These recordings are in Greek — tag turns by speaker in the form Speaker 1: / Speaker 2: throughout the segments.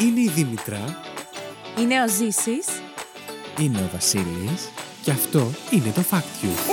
Speaker 1: Είναι η Δήμητρα,
Speaker 2: Είναι ο Ζήσης.
Speaker 1: είναι ο Βασίλης και αυτό είναι το Fact You.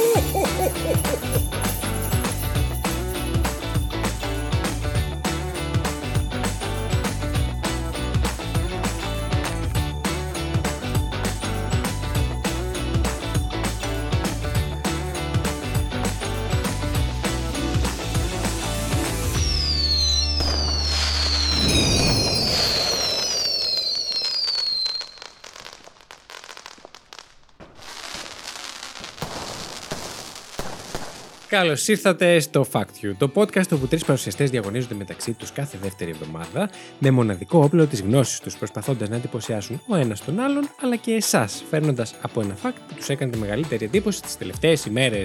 Speaker 1: Καλώς ήρθατε στο Fact You, το podcast όπου τρεις παρουσιαστές διαγωνίζονται μεταξύ τους κάθε δεύτερη εβδομάδα με μοναδικό όπλο της γνώσης τους, προσπαθώντας να εντυπωσιάσουν ο ένας τον άλλον αλλά και εσάς, φέρνοντας από ένα fact που τους έκανε τη μεγαλύτερη εντύπωση τις τελευταίες ημέρες.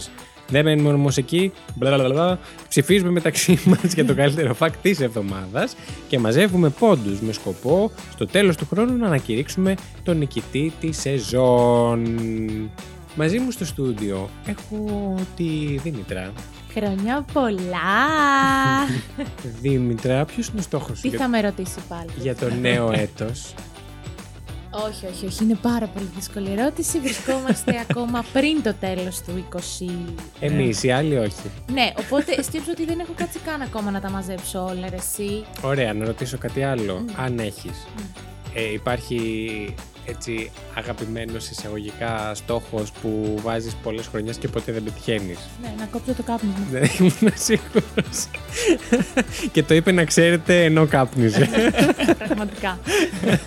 Speaker 1: Δεν μένουμε όμως εκεί, μπλα μπλα μπλα. Ψηφίζουμε μεταξύ μας για το καλύτερο fact της εβδομάδας και μαζεύουμε πόντους με σκοπό στο τέλος του χρόνου να ανακηρύξουμε τον νικητή της σεζόν. Μαζί μου στο στούντιο έχω τη Δήμητρα.
Speaker 2: Χρονιά πολλά!
Speaker 1: Δήμητρα, ποιος είναι ο στόχος σου
Speaker 2: Τι
Speaker 1: για,
Speaker 2: θα Ναι. με ρωτήσει πάλι.
Speaker 1: για το νέο έτος.
Speaker 2: Όχι, όχι, όχι. Είναι πάρα πολύ δύσκολη ερώτηση. Βρισκόμαστε ακόμα πριν το τέλος του 20.
Speaker 1: Εμείς, οι άλλοι όχι.
Speaker 2: ναι, οπότε σκέψω ότι δεν έχω κάτσει καν ακόμα να τα μαζέψω όλα, ρε, εσύ.
Speaker 1: Ωραία, να ρωτήσω κάτι άλλο,
Speaker 2: Μμ.
Speaker 1: αν έχεις.
Speaker 2: Μμ.
Speaker 1: Ε, υπάρχει έτσι αγαπημένος εισαγωγικά στόχος που βάζεις πολλές χρονιές και ποτέ δεν πετυχαίνεις.
Speaker 2: Ναι, να κόψω το κάπνισμα.
Speaker 1: Δεν ήμουν σίγουρος. και το είπε να ξέρετε ενώ κάπνιζε.
Speaker 2: Ναι. Πραγματικά.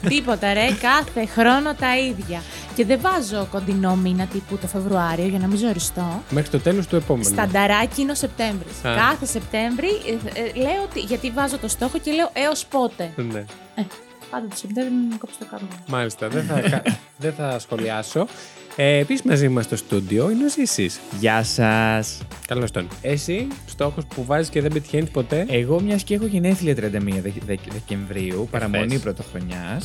Speaker 2: Τίποτα ρε, κάθε χρόνο τα ίδια. Και δεν βάζω κοντινό μήνα τύπου το Φεβρουάριο για να μην ζοριστώ.
Speaker 1: Μέχρι το τέλος του επόμενου.
Speaker 2: Στανταράκι είναι ο Σεπτέμβρης.
Speaker 1: Α.
Speaker 2: Κάθε Σεπτέμβρη ε, ε, λέω ότι. Γιατί βάζω το στόχο και λέω έως πότε.
Speaker 1: Ναι.
Speaker 2: Πάντα το Σεπτέμβρη μου κόψει το κάπνισμα.
Speaker 1: Μάλιστα, δεν θα, κα- δεν θα σχολιάσω. Ε, Επίσης, μαζί μας στο στούντιο είναι ο Ζήσης.
Speaker 3: Γεια σας.
Speaker 1: Καλώς τον. Ε, Εσύ, στόχος που βάζεις και δεν πετυχαίνεις ποτέ.
Speaker 3: Εγώ, μιας και έχω γενέθλια 31 Δε- Δε- Δεκεμβρίου, παραμονή πρωτοχρονιάς.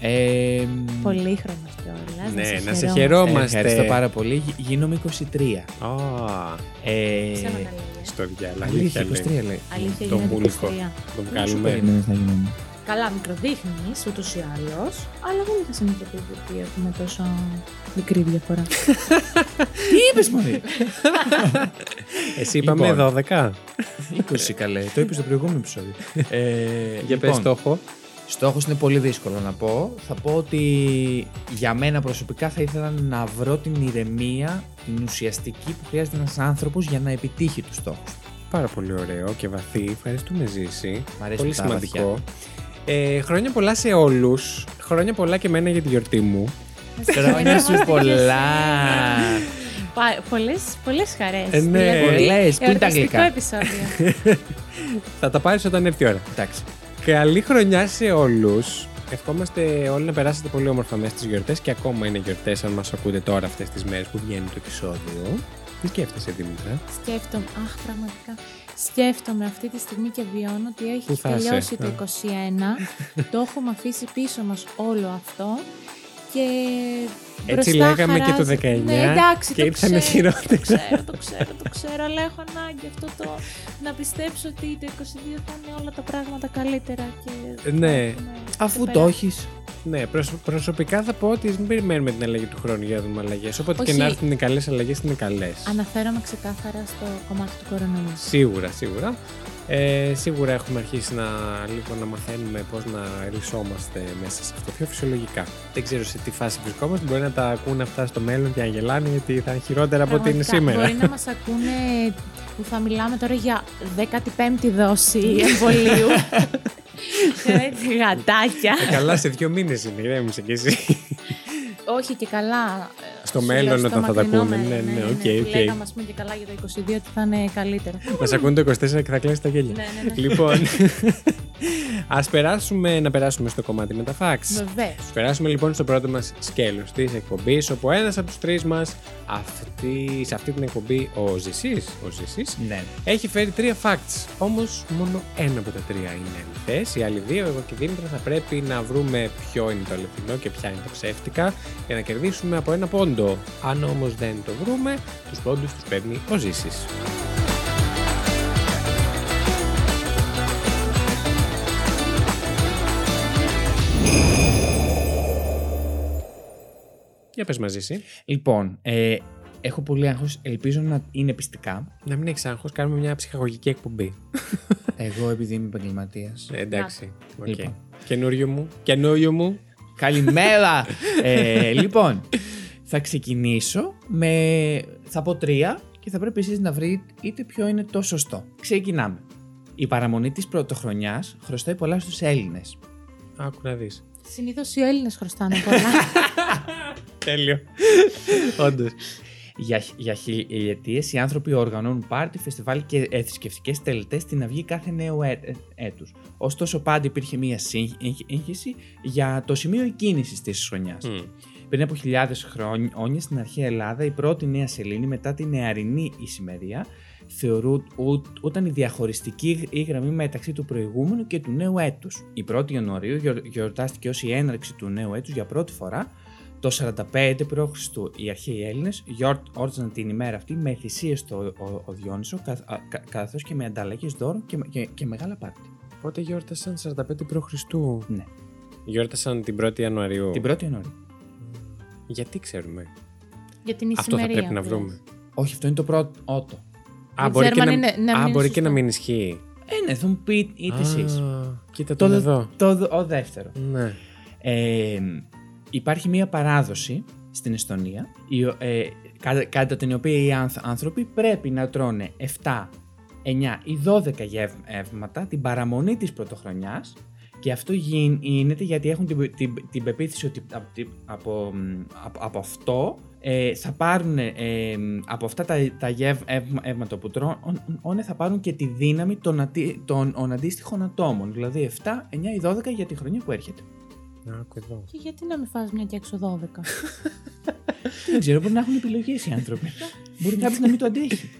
Speaker 3: Ε, μ,
Speaker 2: Πολύχρονο κιόλας.
Speaker 1: ναι, να σε
Speaker 3: ε,
Speaker 1: χαιρόμαστε.
Speaker 3: Ευχαριστώ πάρα πολύ. Γι- Γίνομαι 23.
Speaker 1: Α,
Speaker 3: Ε,
Speaker 2: Ψέματα λέει. ε.
Speaker 1: στο διάλογο.
Speaker 3: αλήθεια,
Speaker 1: αλήθεια λέει.
Speaker 3: 23 λέει.
Speaker 2: Αλήθεια
Speaker 1: το
Speaker 2: είναι
Speaker 1: βούλικο.
Speaker 2: δικαστήρια.
Speaker 1: Τον
Speaker 3: Σου
Speaker 1: βγάλουμε.
Speaker 3: περίμενες να γίνομαι.
Speaker 2: Καλά, μικροδείχνεις ούτως ή άλλως, αλλά δεν είχα συνειδητοποιήσει ότι έχουμε τόσο μικρή διαφορά.
Speaker 3: Τι είπες, Μωρή.
Speaker 1: Εσύ είπαμε
Speaker 3: Λοιπόν.
Speaker 1: 12.
Speaker 3: 20 καλέ. Το είπες στο προηγούμενο επεισόδιο. Ε,
Speaker 1: Για πες
Speaker 3: λοιπόν,
Speaker 1: στόχο.
Speaker 3: Στόχος είναι πολύ δύσκολο να πω. Θα πω ότι για μένα προσωπικά θα ήθελα να βρω την ηρεμία, την ουσιαστική που χρειάζεται ένας άνθρωπος για να επιτύχει τους στόχους.
Speaker 1: Πάρα πολύ ωραίο και βαθύ. Ευχαριστούμε, Ζήση.
Speaker 3: Μ' αρέσουν
Speaker 1: Πολύ
Speaker 3: τα
Speaker 1: σημαντικό.
Speaker 3: βαθιά.
Speaker 1: Ε, χρόνια πολλά σε όλους. Χρόνια πολλά και μένα για τη γιορτή μου.
Speaker 3: Χρόνια σου πολλά!
Speaker 2: Πολλέ χαρές.
Speaker 1: Ε, ναι.
Speaker 3: Πολλές. Πού είναι τα αγγλικά?
Speaker 2: Δηλαδή, επεισόδιο.
Speaker 1: Θα τα πάρεις όταν έρθει η ώρα.
Speaker 3: Εντάξει.
Speaker 1: Καλή χρονιά σε όλους. Ευχόμαστε όλοι να περάσετε πολύ όμορφα μέσα στις γιορτές και ακόμα είναι γιορτές αν μας ακούτε τώρα αυτές τις μέρες που βγαίνει το επεισόδιο. Τι σκέφτεσαι, Δήμητρα.
Speaker 2: Σκέφτομαι, αχ, πραγματικά. Σκέφτομαι αυτή τη στιγμή και βιώνω ότι
Speaker 1: Πού
Speaker 2: έχει
Speaker 1: θα είσαι, ναι.
Speaker 2: τελειώσει
Speaker 1: α?
Speaker 2: το 21. το έχουμε αφήσει πίσω μας όλο αυτό. Και
Speaker 1: Έτσι
Speaker 2: μπροστά
Speaker 1: λέγαμε και το
Speaker 2: χαράζει.
Speaker 1: 19
Speaker 2: Ναι, εντάξει,
Speaker 1: και
Speaker 2: το
Speaker 1: ήρθαν
Speaker 2: ξέρω, Το
Speaker 1: χειρότερα.
Speaker 2: ξέρω, το ξέρω, το ξέρω, αλλά έχω ανάγκη αυτό το να πιστέψω ότι το 22 θα είναι όλα τα πράγματα καλύτερα. Και
Speaker 1: Ναι.
Speaker 2: θα έχουμε
Speaker 3: Αφού το
Speaker 2: ξεπεράσει.
Speaker 3: έχεις.
Speaker 1: Ναι, προσ- προσωπικά θα πω ότι μην περιμένουμε την αλλαγή του χρόνου για να δούμε αλλαγές. Όποτε και
Speaker 2: Όχι.
Speaker 1: να έρθουν οι καλές αλλαγές, είναι καλές.
Speaker 2: Αναφέρομαι ξεκάθαρα στο κομμάτι του κορονοϊού.
Speaker 1: Σίγουρα, σίγουρα. Ε, σίγουρα έχουμε αρχίσει να, λίγο να μαθαίνουμε πώς να ρησόμαστε μέσα σε αυτό πιο φυσιολογικά. Δεν ξέρω σε τι φάση βρισκόμαστε. Μπορεί να τα ακούνε αυτά στο μέλλον και να γελάνε γιατί θα είναι χειρότερα από ό,τι είναι
Speaker 2: Πραγματικά,
Speaker 1: σήμερα.
Speaker 2: Μπορεί να μας ακούνε που θα μιλάμε τώρα για 15η δόση εμβολίου. Ε, Έτσι, γατάκια.
Speaker 1: Ε, καλά, σε δύο μήνες είναι, ηρέμησε κι εσύ.
Speaker 2: Όχι και καλά. ε,
Speaker 1: Στο
Speaker 2: σου
Speaker 1: μέλλον
Speaker 2: λέω, στο
Speaker 1: όταν θα τα
Speaker 2: μακρινό
Speaker 1: ακούνε,
Speaker 2: μέλλον,
Speaker 1: ναι, ναι, οκ,
Speaker 2: που
Speaker 1: οκ.
Speaker 2: Λέγαμε, ας πούμε, και καλά για το 22 ότι θα είναι καλύτερα.
Speaker 1: Μας ακούνε το 24 και θα κλέσει τα γέλια.
Speaker 2: ναι, ναι, ναι.
Speaker 1: λοιπόν, ας περάσουμε να περάσουμε στο κομμάτι με τα facts.
Speaker 2: Βεβαίως.
Speaker 1: Περάσουμε λοιπόν στο πρώτο μας σκέλος της εκπομπής όπου ένας από τους τρεις μας αυτή, σε αυτή την εκπομπή ο Ζησής, ο Ζησής
Speaker 3: Ναι.
Speaker 1: έχει φέρει τρία facts. Όμως μόνο ένα από τα τρία είναι αληθές. Οι άλλοι δύο, εγώ και η Δήμητρα, θα πρέπει να βρούμε ποιο είναι το αληθινό και ποια είναι τα ψεύτικα για να κερδίσουμε από ένα πόντο. Αν όμως δεν το βρούμε, τους πόντους τους παίρνει ο Ζήσης. Για πες μαζί εσύ.
Speaker 3: Λοιπόν, ε, έχω πολύ άγχος, ελπίζω να είναι πιστικά.
Speaker 1: Να μην έχεις άγχος, κάνουμε μια ψυχαγωγική εκπομπή.
Speaker 3: Εγώ επειδή είμαι επαγγελματίας.
Speaker 1: Ε, εντάξει. Οκ.
Speaker 3: Λοιπόν.
Speaker 1: Καινούριο μου. Καινούριο μου.
Speaker 3: Καλημέρα! ε, λοιπόν, θα ξεκινήσω με... Θα πω τρία και θα πρέπει εσείς να βρείτε είτε ποιο είναι το σωστό. Ξεκινάμε. Η παραμονή της πρωτοχρονιάς χρωστάει πολλά στους Έλληνες.
Speaker 1: Άκου να δεις.
Speaker 2: Συνήθως οι Έλληνες χρωστάνε πολλά.
Speaker 1: Τέλειο. Όντως.
Speaker 3: Για, για χιλιετίες οι άνθρωποι οργανώνουν πάρτι, φεστιβάλ και ε, θρησκευτικές τελετές στην αυγή κάθε νέου έ, ε, έτους. Ωστόσο πάντα υπήρχε μία σύγχυση για το σημείο εκκίνησης της χρονιάς. Πριν από χιλιάδες χρόνια στην αρχαία Ελλάδα, η πρώτη νέα σελήνη μετά την νεαρινή ησημερία θεωρούταν η διαχωριστική γ- η γραμμή μεταξύ του προηγούμενου και του νέου έτους. Η 1η Ιανουαρίου γιορ- γιορτάστηκε ως η έναρξη του νέου έτους για πρώτη φορά. Το 45 π.Χ. οι αρχαίοι Έλληνες γιόρταζαν την ημέρα αυτή με θυσίες στο ο- ο Διόνυσο, καθώς και με ανταλλαγές δώρων και, με- και, και μεγάλα πάρτι.
Speaker 1: Πότε γιόρτασαν 45 π.Χ.
Speaker 3: Ναι.
Speaker 1: Γιόρτασαν την 1η Ιανουαρίου.
Speaker 3: Την 1η Ιανουαρίου.
Speaker 1: Γιατί ξέρουμε.
Speaker 2: Για την
Speaker 1: Αυτό θα
Speaker 2: ησημερία.
Speaker 1: πρέπει να
Speaker 2: που
Speaker 1: βρούμε.
Speaker 3: Όχι, αυτό είναι το πρώτο. ότο.
Speaker 1: Α,
Speaker 2: Δεν
Speaker 1: μπορεί, και
Speaker 2: ξέρουμε
Speaker 1: να...
Speaker 2: αν είναι- να μην
Speaker 1: Α,
Speaker 2: είναι
Speaker 1: μπορεί και να
Speaker 2: σωστό.
Speaker 1: μην ισχύει.
Speaker 3: Ε, ναι, θα μου πείτε είτε εσεί.
Speaker 1: Α, Κοίτα
Speaker 3: Το,
Speaker 1: τον
Speaker 3: δε-
Speaker 1: εδώ.
Speaker 3: το δε- ο δεύτερο.
Speaker 1: Ναι.
Speaker 3: Ε, υπάρχει μία παράδοση στην Εστονία η, ο- ε, κατά, κατά την οποία οι άνθ- άνθρωποι πρέπει να τρώνε 7, 9 ή 12 γεύματα την παραμονή της πρωτοχρονιάς και αυτό γι- γίνεται γιατί έχουν την, την, την πεποίθηση ότι από, τη- από, μ, από, από αυτό ε, θα πάρουν ε, μ, από αυτά τα, τα γεύματα που τρώνε θα πάρουν και τη δύναμη των, ατι- των- των αντίστοιχων ατόμων δηλαδή 7, 9 ή 12 για τη χρονιά που έρχεται
Speaker 1: Να άκου εδώ.
Speaker 2: Και γιατί να μην φας μια και έξω 12.
Speaker 3: Δεν ξέρω, μπορεί να έχουν επιλογές οι άνθρωποι. μπορεί κάποιος να μην το αντέχει.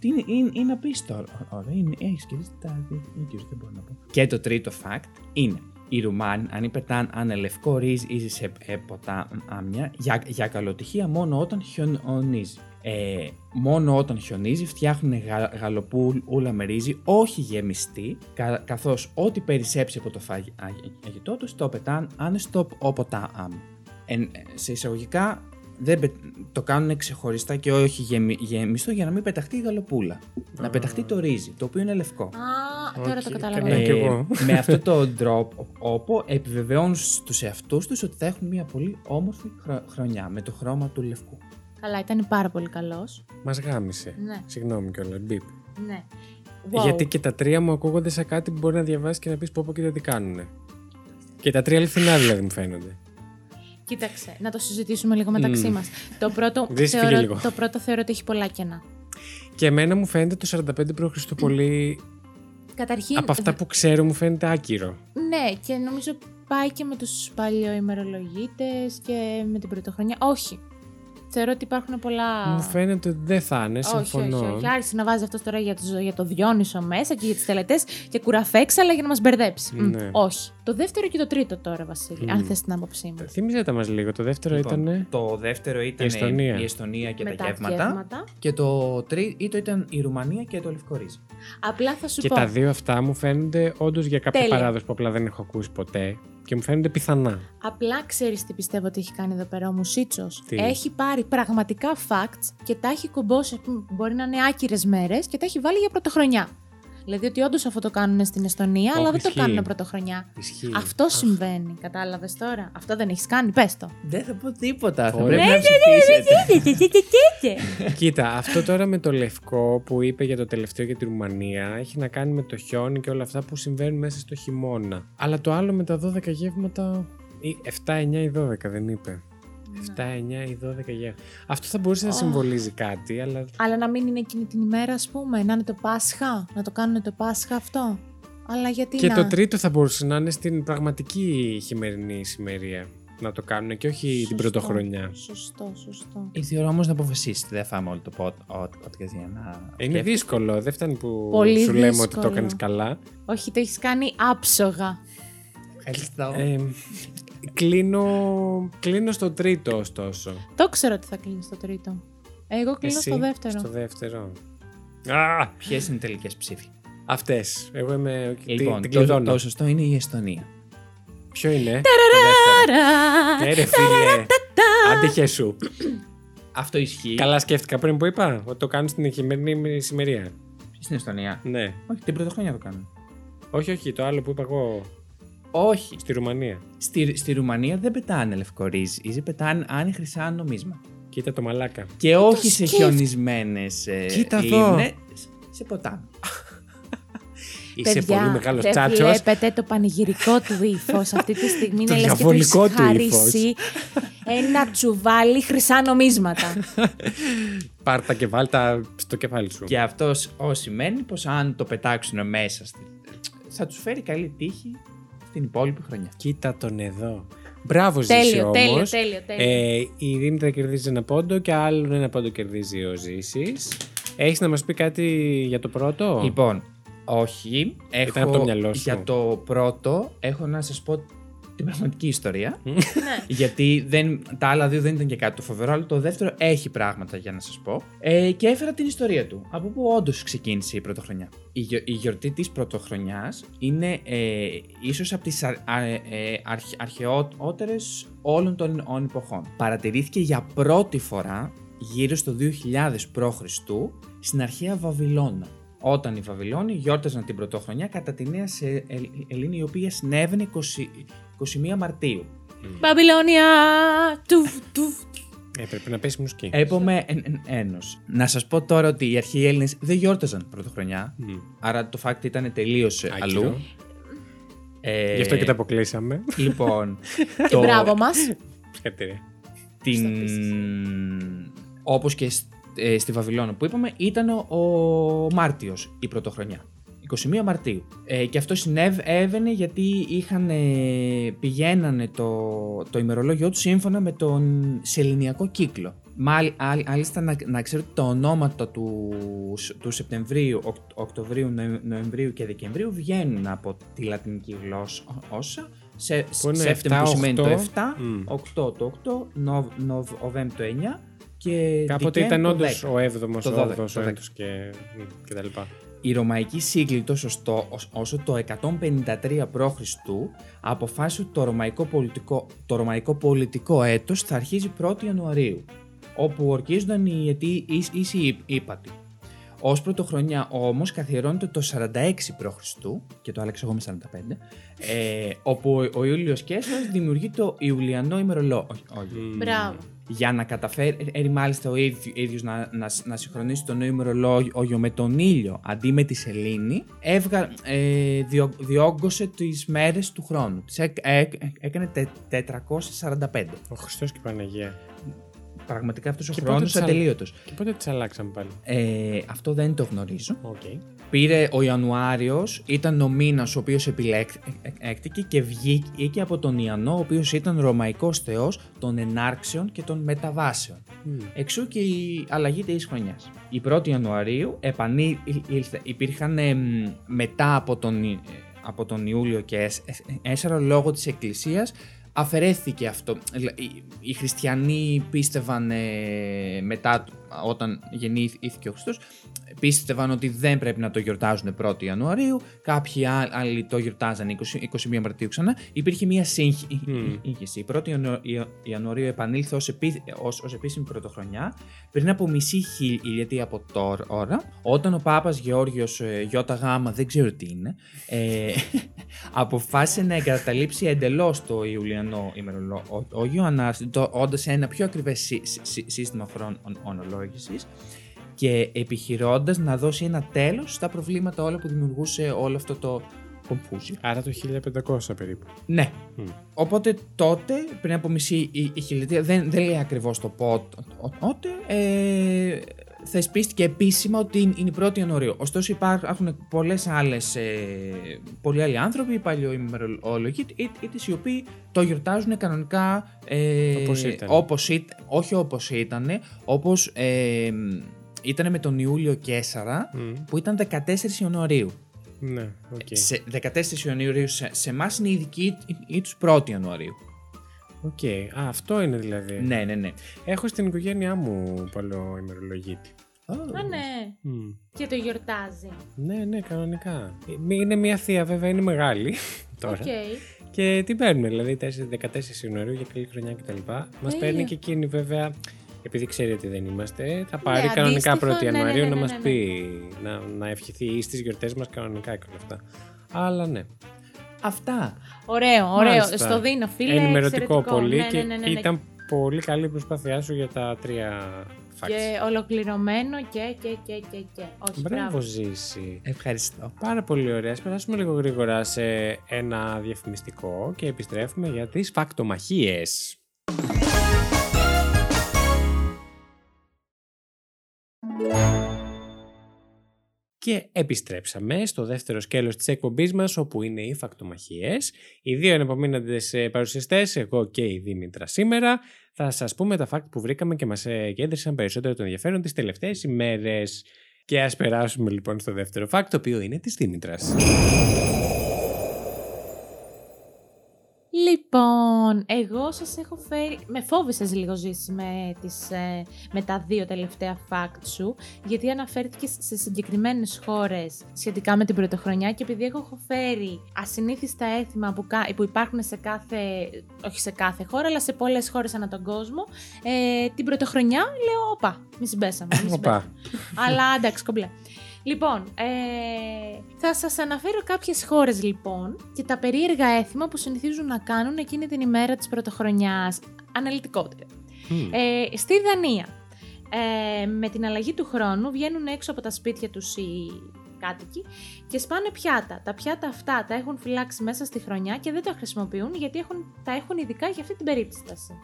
Speaker 3: Τι Είναι, είναι, είναι απίστευτο. Ω- Ωραία, είναι, έχεις και εσύ τα δίκιο σου, δεν μπορώ να πω. Και το τρίτο fact είναι. Οι Ρουμάνοι αν πετάνε ένα λευκό ρύζι ή σε ε, ποτάμια για, για καλοτυχία μόνο όταν χιονίζει. Ε, μόνο όταν χιονίζει φτιάχνουν γα, γαλοπούλα με ρύζι, όχι γεμιστή, κα, καθώς ό,τι περισσέψει από το φαγη- φαγητό τους το πετάνε άνε στο ποτάμι εν, σε εισαγωγικά δεν πε- το κάνουν ξεχωριστά και όχι γεμι- γεμιστό για να μην πεταχτεί η γαλοπούλα. Να πεταχτεί το ρύζι, το οποίο είναι λευκό.
Speaker 2: Α,
Speaker 3: Ε,
Speaker 2: τώρα το
Speaker 1: Οκ,
Speaker 2: καταλαβαίνω.
Speaker 1: καλά. Ναι, κι εγώ.
Speaker 3: με αυτόν τον τρόπο επιβεβαιώνουν στους εαυτούς τους ότι θα έχουν μια πολύ όμορφη χρο- χρονιά με το χρώμα του λευκού.
Speaker 2: Καλά, ήταν πάρα πολύ καλός.
Speaker 1: Μας γάμισε.
Speaker 2: Ναι,
Speaker 1: Συγγνώμη κιόλας. Μπίπ.
Speaker 2: ναι. Wow.
Speaker 1: Γιατί και τα τρία μου ακούγονται σαν κάτι που μπορεί να διαβάσεις και να πεις πω πω και δεν τι κάνουνε. Και τα τρία αληθινά δηλαδή μου φαίνονται.
Speaker 2: Κοίταξε, να το συζητήσουμε λίγο μεταξύ
Speaker 1: Μμμ.
Speaker 2: μας. Το πρώτο,
Speaker 1: Ζήσει, φύγε λίγο.
Speaker 2: θεωρώ, το πρώτο θεωρώ ότι έχει πολλά κενά.
Speaker 1: Και εμένα μου φαίνεται το 45 π.Χ. πολύ.
Speaker 2: Καταρχήν,
Speaker 1: από αυτά που ξέρω μου φαίνεται άκυρο.
Speaker 2: Ναι, και νομίζω πάει και με τους παλιοημερολογίτες και με την πρωτοχρονιά. Όχι. Θεωρώ ότι υπάρχουν πολλά...
Speaker 1: Μου φαίνεται ότι δεν θα είναι,
Speaker 2: όχι, όχι,
Speaker 1: συμφωνώ.
Speaker 2: όχι. Άρχισε να βάζει αυτός τώρα για το, για το Διόνυσο μέσα και για τις τελετές και κουραφέξαλα για να μας μπερδέψει. Μμ,
Speaker 1: Ναι.
Speaker 2: όχι. Το δεύτερο και το τρίτο τώρα, Βασίλη,
Speaker 1: Μμ.
Speaker 2: αν θες την άποψή μας.
Speaker 1: Θύμιζε τα μας λίγο. Το δεύτερο
Speaker 3: Λοιπόν,
Speaker 1: ήταν.
Speaker 3: Το δεύτερο ήταν
Speaker 1: η Εστονία.
Speaker 3: η Εστονία και
Speaker 2: με
Speaker 3: τα γεύματα.
Speaker 2: γεύματα.
Speaker 3: Και το τρίτο ήταν η Ρουμανία και το λευκό ρύζι.
Speaker 2: Απλά θα σου
Speaker 1: Και
Speaker 2: πω.
Speaker 1: τα δύο αυτά μου φαίνονται όντως για κάποια
Speaker 2: Τέλεια.
Speaker 1: παράδοση που απλά δεν έχω ακούσει ποτέ και μου φαίνονται πιθανά.
Speaker 2: Απλά ξέρεις τι πιστεύω ότι έχει κάνει εδώ πέρα ο Μουσίτσος.
Speaker 1: Τι?
Speaker 2: Έχει πάρει πραγματικά facts και τα έχει κομπώσει. ας πούμε, Μπορεί να είναι άκυρες μέρες και τα έχει βάλει για πρωτοχρονιά. Δηλαδή ότι όντως αυτό το κάνουν στην Εστονία,
Speaker 1: Ω,
Speaker 2: αλλά δεν το
Speaker 1: ισχύει.
Speaker 2: κάνουν πρωτοχρονιά.
Speaker 1: Ισχύει.
Speaker 2: Αυτό συμβαίνει. Κατάλαβες τώρα. Αυτό δεν έχεις κάνει. Πες το.
Speaker 3: Δεν θα πω τίποτα. Θα
Speaker 1: Ωραία.
Speaker 3: πρέπει
Speaker 1: Ναι,
Speaker 3: να ψηφίσετε.
Speaker 1: Κοίτα, αυτό τώρα με το λευκό που είπε για το τελευταίο για τη Ρουμανία έχει να κάνει με το χιόνι και όλα αυτά που συμβαίνουν μέσα στο χειμώνα. Αλλά το άλλο με τα 12 γεύματα. Ή 7, 9 ή 12 δεν είπε. 7,
Speaker 2: Ναι.
Speaker 1: 9 ή 12 γεύματα. Αυτό θα μπορούσε να
Speaker 2: Αχ.
Speaker 1: συμβολίζει κάτι, αλλά.
Speaker 2: Αλλά να μην είναι εκείνη την ημέρα, ας πούμε, να είναι το Πάσχα, να το κάνουν το Πάσχα αυτό. Αλλά γιατί
Speaker 1: Και
Speaker 2: να.
Speaker 1: το τρίτο θα μπορούσε να είναι στην πραγματική χειμερινή ημερία. Να το κάνουν και όχι
Speaker 2: Σωστό.
Speaker 1: την πρωτοχρονιά.
Speaker 2: Σωστό, σωστό.
Speaker 3: Ήρθε η ώρα όμως να αποφασίσετε. Δεν φάμε όλο το podcast για να.
Speaker 1: Είναι δύσκολο, δεν φτάνει που
Speaker 2: Πολύ
Speaker 1: σου λέμε ότι το
Speaker 2: δύσκολο.
Speaker 1: κάνεις καλά.
Speaker 2: Όχι, το έχεις κάνει άψογα.
Speaker 3: Ευχαριστώ.
Speaker 1: Ε, κλείνω, κλείνω στο τρίτο, ωστόσο.
Speaker 2: Το ξέρω ότι θα κλείνεις το τρίτο. Εγώ κλείνω
Speaker 1: Εσύ,
Speaker 2: στο δεύτερο.
Speaker 1: Στο δεύτερο. Α,
Speaker 3: Ποιες είναι οι τελικές ψήφοι.
Speaker 1: αυτές. Εγώ είμαι... τι-
Speaker 3: Λοιπόν,
Speaker 1: την
Speaker 3: το,
Speaker 1: κλειδώνω.
Speaker 3: το σωστό είναι η Εστονία.
Speaker 1: Ποιο είναι?
Speaker 2: Ταραρα,
Speaker 1: Ναι ρε φίλε. Αντίχε σου.
Speaker 3: Αυτό ισχύει
Speaker 1: Καλά σκέφτηκα πριν που είπα ότι το κάνουν στην χειμερινή σημερία.
Speaker 3: στην Εστονία.
Speaker 1: Ναι.
Speaker 3: Όχι, την πρωτοχρόνια το κάνουν.
Speaker 1: Όχι, όχι, το άλλο που είπα εγώ
Speaker 3: Όχι.
Speaker 1: στη Ρουμανία.
Speaker 3: Στη, στη Ρουμανία δεν πετάνε λευκό ρύζι, πετάνε άνι χρυσά νομίσματα.
Speaker 1: Κοίτα το μαλάκα.
Speaker 3: Και όχι σε
Speaker 2: σκέφτ-
Speaker 3: χιονισμένε
Speaker 1: Κοίτα εδώ.
Speaker 3: Σε ποτάμι.
Speaker 1: Είσαι
Speaker 2: Παιδιά,
Speaker 1: πολύ μεγάλος
Speaker 2: δεν
Speaker 1: τσάτσος.
Speaker 2: Βλέπετε το πανηγυρικό του ύφος αυτή τη στιγμή.
Speaker 1: Το
Speaker 2: είναι λες και του
Speaker 1: διαβολικό
Speaker 2: έχεις
Speaker 1: του
Speaker 2: χαρίσει ένα τσουβάλι χρυσά νομίσματα.
Speaker 1: Πάρτα και βάλτα στο κεφάλι σου.
Speaker 3: Και αυτός ό, σημαίνει πως αν το πετάξουν μέσα, στη- θα τους φέρει καλή τύχη στην υπόλοιπη χρονιά.
Speaker 1: Κοίτα τον εδώ. Μπράβο, Ζήση
Speaker 2: τέλειο,
Speaker 1: όμως.
Speaker 2: τέλειο, τέλειο, τέλειο.
Speaker 1: Ε, η Δήμητρα κερδίζει ένα πόντο και άλλον ένα πόντο κερδίζει ο Ζήσης. Έχεις να μας πει κάτι για το πρώτο?
Speaker 3: Λοιπόν, όχι. Έχω,
Speaker 1: από το μυαλό σου.
Speaker 3: Για το πρώτο, έχω να σας πω την πραγματική ιστορία.
Speaker 2: ναι.
Speaker 3: γιατί δεν, τα άλλα δύο δεν ήταν και κάτι το φοβερό, αλλά το δεύτερο έχει πράγματα για να σας πω. Ε, και έφερα την ιστορία του. Από πού όντως ξεκίνησε η πρωτοχρονιά. Η, γιο- η γιορτή της πρωτοχρονιάς είναι ε, ίσως από τις αρχαιότερε ε, όλων των των εποχών. Παρατηρήθηκε για πρώτη φορά γύρω στο 2000 π.Χ. στην αρχαία Βαβυλώνα. Όταν οι Βαβυλώνοι γιόρταζαν την πρωτοχρονιά κατά τη Νέα Σε- Ελ- Ελλήνη, η οποία συνέβαινε 20, 21 Μαρτίου.
Speaker 2: Μπαμπυλώνια! Τουβ, τουβ.
Speaker 1: Ε, πρέπει να πέσει μουσική.
Speaker 3: Έπομε εν, εν- ένος. Να σας πω τώρα ότι οι αρχαίοι Έλληνες δεν γιόρταζαν πρωτοχρονιά.
Speaker 1: Μμ.
Speaker 3: Άρα το fact ήταν τελείως
Speaker 1: Άκυρο.
Speaker 3: αλλού. Ε,
Speaker 1: Γι' αυτό και τα αποκλείσαμε.
Speaker 3: Λοιπόν.
Speaker 2: Και μπράβο μας.
Speaker 1: Συγχαρητήρια.
Speaker 3: Την... Όπως και σ- ε, στη Βαβυλώνα που είπαμε, ήταν ο, ο Μάρτιος η πρωτοχρονιά. 21 Μαρτίου. Ε, και αυτό συνέβαινε γιατί είχαν, ε, πηγαίνανε το, το ημερολόγιο τους σύμφωνα με τον σεληνιακό κύκλο. Μάλι- άλλ- Μάλιστα, να, να ξέρετε τα ονόματα του, Σ- του Σεπτεμβρίου, Οκ- Οκτωβρίου, Νοε- Νοεμβρίου και Δεκεμβρίου βγαίνουν από τη λατινική γλώσσα όσα. Σε,
Speaker 1: Που είναι Mm.
Speaker 3: Σεπτεμβρίου
Speaker 1: 7,
Speaker 3: σημαίνει το
Speaker 1: 8.
Speaker 3: 7,
Speaker 1: Μμ.
Speaker 3: 8 το 8, Νοβ, Νοβ, Οβέμ το 9 και
Speaker 1: Κάποτε
Speaker 3: Δικέμ
Speaker 1: ήταν
Speaker 3: το
Speaker 1: όντως
Speaker 3: 10.
Speaker 1: ο 7ο,
Speaker 3: Το
Speaker 1: ο
Speaker 3: 12,
Speaker 1: 8ο,
Speaker 3: το
Speaker 1: ο
Speaker 3: 10.
Speaker 1: 9ο και, και τα λοιπά.
Speaker 3: Η Ρωμαϊκή Σύγκλιτο, ωστό, ως- όσο το 153 π.Χ., αποφάσισε ότι το ρωμαϊκό πολιτικό, το ρωμαϊκό πολιτικό έτος θα αρχίζει 1η Ιανουαρίου, όπου ορκίζονταν οι αιτοί ίση- ίση ύπατη. Ως πρωτοχρονιά όμως καθιερώνεται το 46 π.Χ. και το άλλαξα εγώ με 45, ε, όπου ο- ο Ιούλιος Κέσσαρας δημιουργεί το Ιουλιανό ημερολόγιο.
Speaker 1: Μμ.
Speaker 2: Μπράβο.
Speaker 3: Για να καταφέρει ε, μάλιστα ο ίδιο ίδιος να, να, να συγχρονίσει το νέο ημερολόγιο με τον ήλιο αντί με τη σελήνη, έβγα, ε, διο- διόγκωσε τις μέρες του χρόνου. Τις έκ- ε, έκ- έκανε τε- 445.
Speaker 1: Ο Χριστός και η Παναγία.
Speaker 3: Πραγματικά αυτός ο
Speaker 1: Και πότε
Speaker 3: χρόνος
Speaker 1: τις άλλα-
Speaker 3: ατελείωτος.
Speaker 1: Και πότε τις αλλάξαμε πάλι.
Speaker 3: Ε, αυτό δεν το γνωρίζω.
Speaker 1: Οκ.
Speaker 3: Πήρε ο Ιανουάριος, ήταν ο μήνας ο οποίος επιλέκτηκε και βγήκε από τον Ιαννό, ο οποίος ήταν ρωμαϊκός θεός των ενάρξεων και των μεταβάσεων.
Speaker 1: Μμ.
Speaker 3: Εξού και η αλλαγή της χρονιάς. Η 1η Ιανουαρίου επανήλθε. Υπήρχαν εμ, μετά από τον, Ι- από τον Ιούλιο και Έσ- Έσσαρο λόγω της Εκκλησίας αφαιρέθηκε αυτό. Δηλα- οι- Οι χριστιανοί πίστευαν ε, μετά το- όταν γεννήθηκε ο Χριστός πίστευαν ότι δεν πρέπει να το γιορτάζουν 1η Ιανουαρίου, κάποιοι ά- άλλοι το γιορτάζαν 20, 21 Μαρτίου ξανά. Υπήρχε μια σύγχυση.
Speaker 1: Μμμ.
Speaker 3: Η 1η Ιανου- Ια- Ιανουαρίου επανήλθε ως, επί, ως, ως επίσημη πρωτοχρονιά πριν από μισή χι- χιλιετία από τώρα, όταν ο Πάπας Γεώργιος ΙΓ, δεν ξέρω τι είναι, ε, αποφάσισε να εγκαταλείψει εντελώς το Ιουλιανό ημερολόγιο, αναζητώντας ένα πιο ακριβές σύ- σύ- σύστημα χρονολόγησης και επιχειρώντας να δώσει ένα τέλος στα προβλήματα όλα που δημιουργούσε όλο αυτό το confusion.
Speaker 1: Άρα το 1500 περίπου.
Speaker 3: Ναι.
Speaker 1: Μμ.
Speaker 3: Οπότε τότε, πριν από μισή η, η χιλιετία, δεν, δεν λέει ακριβώς το πότε, τότε, ε, θεσπίστηκε επίσημα ότι είναι είναι η 1η Ιανουαρίου. Ωστόσο υπάρχουν πολλές άλλες, ε, πολλοί άλλοι άνθρωποι, οι παλιοημερολογοί, ή, ή τις οι οποίοι το γιορτάζουν κανονικά ε,
Speaker 1: Όπως ήταν.
Speaker 3: όπως ήταν- όχι όπως ήταν, όπως ε, ήταν με τον Ιούλιο Κέσσαρα,
Speaker 1: Μμ.
Speaker 3: που ήταν 14 Ιανουαρίου.
Speaker 1: Ναι, οκ.
Speaker 3: Σε 14 Ιανουαρίου σε, σε εμάς είναι η δική ή του 1η Ιανουαρίου.
Speaker 1: Οκ. Α, αυτό είναι δηλαδή.
Speaker 3: Ναι, ναι, ναι.
Speaker 1: Έχω στην οικογένειά μου παλαιό ημερολογίτη.
Speaker 2: Α, ναι.
Speaker 1: Μμ.
Speaker 2: Και το γιορτάζει.
Speaker 1: Ναι, ναι, κανονικά. Ε, μη- Είναι μια θεία, βέβαια, είναι μεγάλη τώρα.
Speaker 2: Οκ.
Speaker 1: Και την παίρνουμε, δηλαδή 4 14 Ιανουαρίου για καλή χρονιά κτλ. Μας
Speaker 2: Τέλεια.
Speaker 1: παίρνει και εκείνη, βέβαια, επειδή ξέρει ότι δεν είμαστε, θα πάρει
Speaker 2: ναι. Ναι,
Speaker 1: κανονικά
Speaker 2: αντίστοιχα,
Speaker 1: 1η
Speaker 2: ναι, ναι,
Speaker 1: Ιανουαρίου
Speaker 2: ναι,
Speaker 1: να
Speaker 2: ναι,
Speaker 1: μας
Speaker 2: ναι, ναι.
Speaker 1: πει να, να ευχηθεί ή στι γιορτές μας κανονικά και όλα αυτά. Αλλά ναι.
Speaker 3: Αυτά.
Speaker 2: Ωραίο, ωραίο.
Speaker 1: Μάλιστα.
Speaker 2: Στο δίνω, φίλε.
Speaker 1: Ενημερωτικό
Speaker 2: εξαιρετικό.
Speaker 1: πολύ
Speaker 2: Ναι,
Speaker 1: και
Speaker 2: ναι, ναι, ναι, ναι.
Speaker 1: ήταν πολύ καλή η προσπάθειά σου για τα τρία φάξ.
Speaker 2: Και ολοκληρωμένο και, και, και, και, και. Όχι,
Speaker 1: Μπράβο,
Speaker 2: μπράβο.
Speaker 1: Ζήση.
Speaker 3: Ευχαριστώ.
Speaker 1: Πάρα πολύ ωραία. Ας περάσουμε λίγο γρήγορα σε ένα διαφημιστικό και επιστρέφουμε για τις φακτομαχίες. Και επιστρέψαμε στο δεύτερο σκέλος της εκπομπής μας όπου είναι οι φακτομαχίες. Οι δύο ενεπομείνοντες ε, παρουσιαστές, εγώ και η Δήμητρα σήμερα, θα σας πούμε τα fact που βρήκαμε και μας ε, κέντρισαν περισσότερο το ενδιαφέρον τις τελευταίες ημέρες. Και ας περάσουμε λοιπόν στο δεύτερο fact, το οποίο είναι της Δήμητρας.
Speaker 2: Λοιπόν, εγώ σας έχω φέρει... Με φόβησες λίγο, Ζήση, με, τις, ε, με τα δύο τελευταία fact σου, γιατί αναφέρθηκες σε συγκεκριμένες χώρες σχετικά με την πρωτοχρονιά και επειδή έχω φέρει ασυνήθιστα έθιμα που, κα- που υπάρχουν σε κάθε... όχι σε κάθε χώρα, αλλά σε πολλές χώρες ανά τον κόσμο, ε, την πρωτοχρονιά λέω, όπα, μη συμπέσαμε, μη συμπέσαμε.
Speaker 1: Οπα.
Speaker 2: Αλλά εντάξει, κομπλέ. Λοιπόν, ε, θα σας αναφέρω κάποιες χώρες λοιπόν και τα περίεργα έθιμα που συνηθίζουν να κάνουν εκείνη την ημέρα της πρωτοχρονιάς. Αναλυτικότερα.
Speaker 1: Μμμ.
Speaker 2: Ε, στη Δανία, ε, με την αλλαγή του χρόνου βγαίνουν έξω από τα σπίτια τους οι κάτοικοι και σπάνε πιάτα. Τα πιάτα αυτά τα έχουν φυλάξει μέσα στη χρονιά και δεν τα χρησιμοποιούν γιατί έχουν, τα έχουν ειδικά για αυτή την περίπτωση.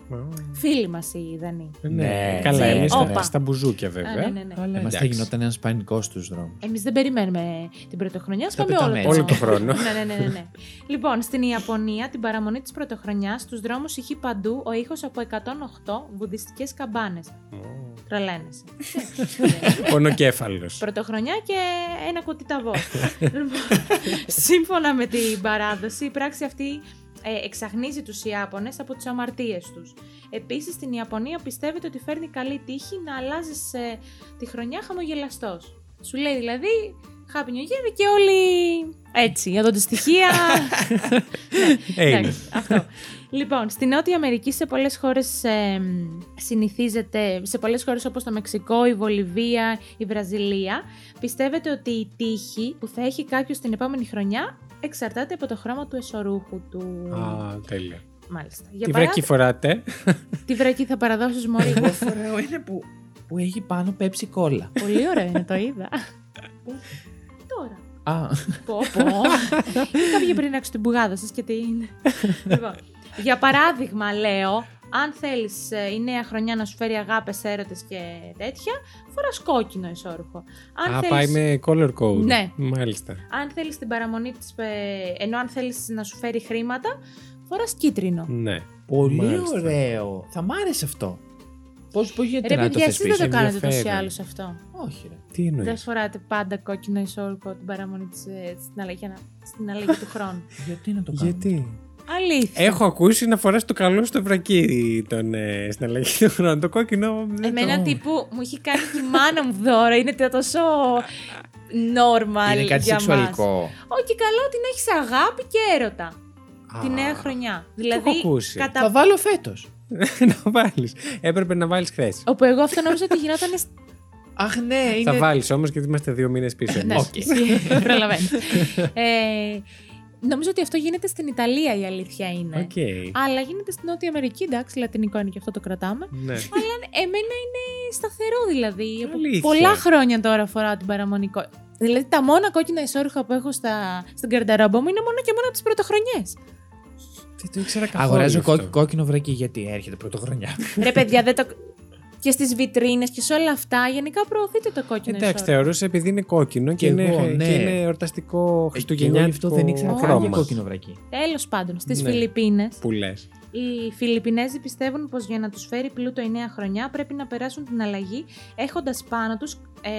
Speaker 2: Φίλοι μας οι Δανείοι.
Speaker 1: Ναι,
Speaker 3: Ναι.
Speaker 1: καλά,
Speaker 2: Ναι,
Speaker 1: εμεί στα,
Speaker 2: όπα.
Speaker 1: στα μπουζούκια
Speaker 2: Α, ναι,
Speaker 1: βέβαια.
Speaker 2: ναι, ναι.
Speaker 1: Αλλά
Speaker 3: Εμάς Ε, θα
Speaker 1: εντάξει.
Speaker 3: γινόταν ένας πανικός στους δρόμους.
Speaker 2: Εμείς δεν περιμένουμε την πρωτοχρονιά, ας πάμε
Speaker 3: πετάμε
Speaker 2: όλο,
Speaker 1: έτσι. Όλο το χρόνο.
Speaker 2: ναι, ναι, ναι, ναι, ναι. Λοιπόν, στην Ιαπωνία, την παραμονή της πρωτοχρονιάς, στους δρόμους ηχεί παντού ο ήχος από 108 βουδιστικές καμπάνες. Τρελαίνεσαι.
Speaker 1: Πονοκέφαλος.
Speaker 2: Πρωτοχρονιά και ένα κουτιταβό. λοιπόν, σύμφωνα με την παράδοση, η πράξη αυτή ε, εξαγνίζει τους Ιάπωνες από τις αμαρτίες τους. Επίσης, στην Ιαπωνία πιστεύετε ότι φέρνει καλή τύχη να αλλάζεις ε, τη χρονιά χαμογελαστός. Σου λέει δηλαδή, Happy New Year και όλοι έτσι, για τα στοιχεία.
Speaker 1: Ε,
Speaker 2: Εντάξει, αυτό. Λοιπόν, στην Νότια Αμερική σε πολλές χώρες εμ, συνηθίζεται, σε πολλές χώρες όπως το Μεξικό, η Βολιβία, η Βραζιλία, πιστεύετε ότι η τύχη που θα έχει κάποιος την επόμενη χρονιά εξαρτάται από το χρώμα του εσωρούχου του.
Speaker 1: Α, τέλεια.
Speaker 2: Μάλιστα. Για
Speaker 1: Τι
Speaker 2: παράδειγμα,
Speaker 1: βρακή φοράτε.
Speaker 2: τι βρακή θα παραδώσεις μωρή.
Speaker 3: Εγώ φοράω ένα Ε, που, που έχει πάνω πέψη κόλλα.
Speaker 2: Πολύ ωραίο είναι, το είδα. Τώρα.
Speaker 3: Α,
Speaker 2: Πω, πω. Κάποια πριν έξω την πουγάδα σας και τι είναι. λοιπόν, για παράδειγμα λέω, αν θέλεις ε, η νέα χρονιά να σου φέρει αγάπες, έρωτες και τέτοια, φοράς κόκκινο εσώρουχο. Αν
Speaker 1: Α,
Speaker 2: θέλεις,
Speaker 1: πάει με color code.
Speaker 2: Ναι.
Speaker 1: Μάλιστα.
Speaker 2: αν θέλεις την παραμονή της, ε, ενώ αν θέλεις να σου φέρει χρήματα, φοράς κίτρινο.
Speaker 1: Ναι.
Speaker 3: πολύ
Speaker 1: Μάλιστα.
Speaker 3: ωραίο. Θα μ' άρεσε αυτό. Πώς, πώς γιατί
Speaker 2: Ρε
Speaker 3: να το
Speaker 2: παιδιά, εσείς δεν
Speaker 3: θεσπίσεις.
Speaker 2: το κάνετε
Speaker 1: ενδιαφέρον.
Speaker 2: τόσο ή άλλως αυτό.
Speaker 3: Όχι ρε.
Speaker 1: Τι εννοείς.
Speaker 2: Δεν φοράτε πάντα κόκκινο εσώρουχο την παραμονή της, ε, στην, αλλαγή, στην αλλαγή του χρόνου.
Speaker 3: Γιατί να το κάνουμε.
Speaker 1: Γιατί.
Speaker 2: Αλήθεια.
Speaker 1: Έχω ακούσει να φοράς το καλό στο βρακί τον, ε, στην αλλαγή του χρόνου. Το κόκκινο. ε, δεν
Speaker 2: Εμένα
Speaker 1: το...
Speaker 2: τύπου μου έχει κάνει και η μάνα μου δώρο. Είναι τα τόσο normal
Speaker 3: Είναι κάτι
Speaker 2: για μας.
Speaker 3: σεξουαλικό.
Speaker 2: Όχι, καλό την έχεις αγάπη και έρωτα.
Speaker 1: Α,
Speaker 2: Τη νέα χρονιά.
Speaker 1: έχω
Speaker 2: Δηλαδή,
Speaker 1: ακούσει.
Speaker 3: Θα
Speaker 2: κατά...
Speaker 3: βάλω φέτος.
Speaker 1: να βάλεις. Έπρεπε να βάλεις χθες.
Speaker 2: όπου εγώ αυτό νόμιζα ότι γινόταν σ-
Speaker 3: Αχ ναι, είναι...
Speaker 1: Θα βάλεις όμως γιατί είμαστε δύο μήνες πίσω.
Speaker 2: Ναι,
Speaker 1: εμείς.
Speaker 2: εσύ προλαβαίνεις. Ε, Νομίζω ότι αυτό γίνεται στην Ιταλία η αλήθεια είναι.
Speaker 1: Οκ.
Speaker 2: Αλλά γίνεται στην Νότια Αμερική, εντάξει, λατινικό είναι και αυτό το κρατάμε.
Speaker 1: Ναι.
Speaker 2: Εμένα είναι σταθερό δηλαδή. Από
Speaker 1: Αλήθεια.
Speaker 2: πολλά χρόνια τώρα φοράω την παραμονικό. Δηλαδή τα μόνα κόκκινα ισόρουχα που έχω στα, στην καρταρόμπα μου είναι μόνο και μόνο από τις πρωτοχρονιές.
Speaker 1: Δεν το ήξερα καθόλου.
Speaker 3: Αγοράζω
Speaker 1: αυτό.
Speaker 3: κόκκι- κόκκινο βρακί γιατί έρχεται πρωτοχρονιά.
Speaker 2: Ρε παιδιά, δεν το. Και στις βιτρίνες και σε όλα αυτά, γενικά προωθείται το κόκκινο
Speaker 1: Εντάξει,
Speaker 2: ισόρουχο.
Speaker 1: θεωρούσα επειδή είναι κόκκινο και,
Speaker 3: Κι
Speaker 1: είναι,
Speaker 3: εγώ, ναι. Ε,
Speaker 1: και είναι εορταστικό
Speaker 3: Εγώ γι'
Speaker 1: χριστουγεννιάτικο
Speaker 3: αυτό δεν ήξερα καν για
Speaker 1: χρώμα
Speaker 3: κόκκινο βρακί.
Speaker 2: Τέλος πάντων, στις
Speaker 1: Ναι.
Speaker 2: Φιλιππίνες,
Speaker 1: που λες.
Speaker 2: οι Φιλιππινέζοι πιστεύουν πως για να τους φέρει πλούτο η νέα χρονιά πρέπει να περάσουν την αλλαγή έχοντας πάνω τους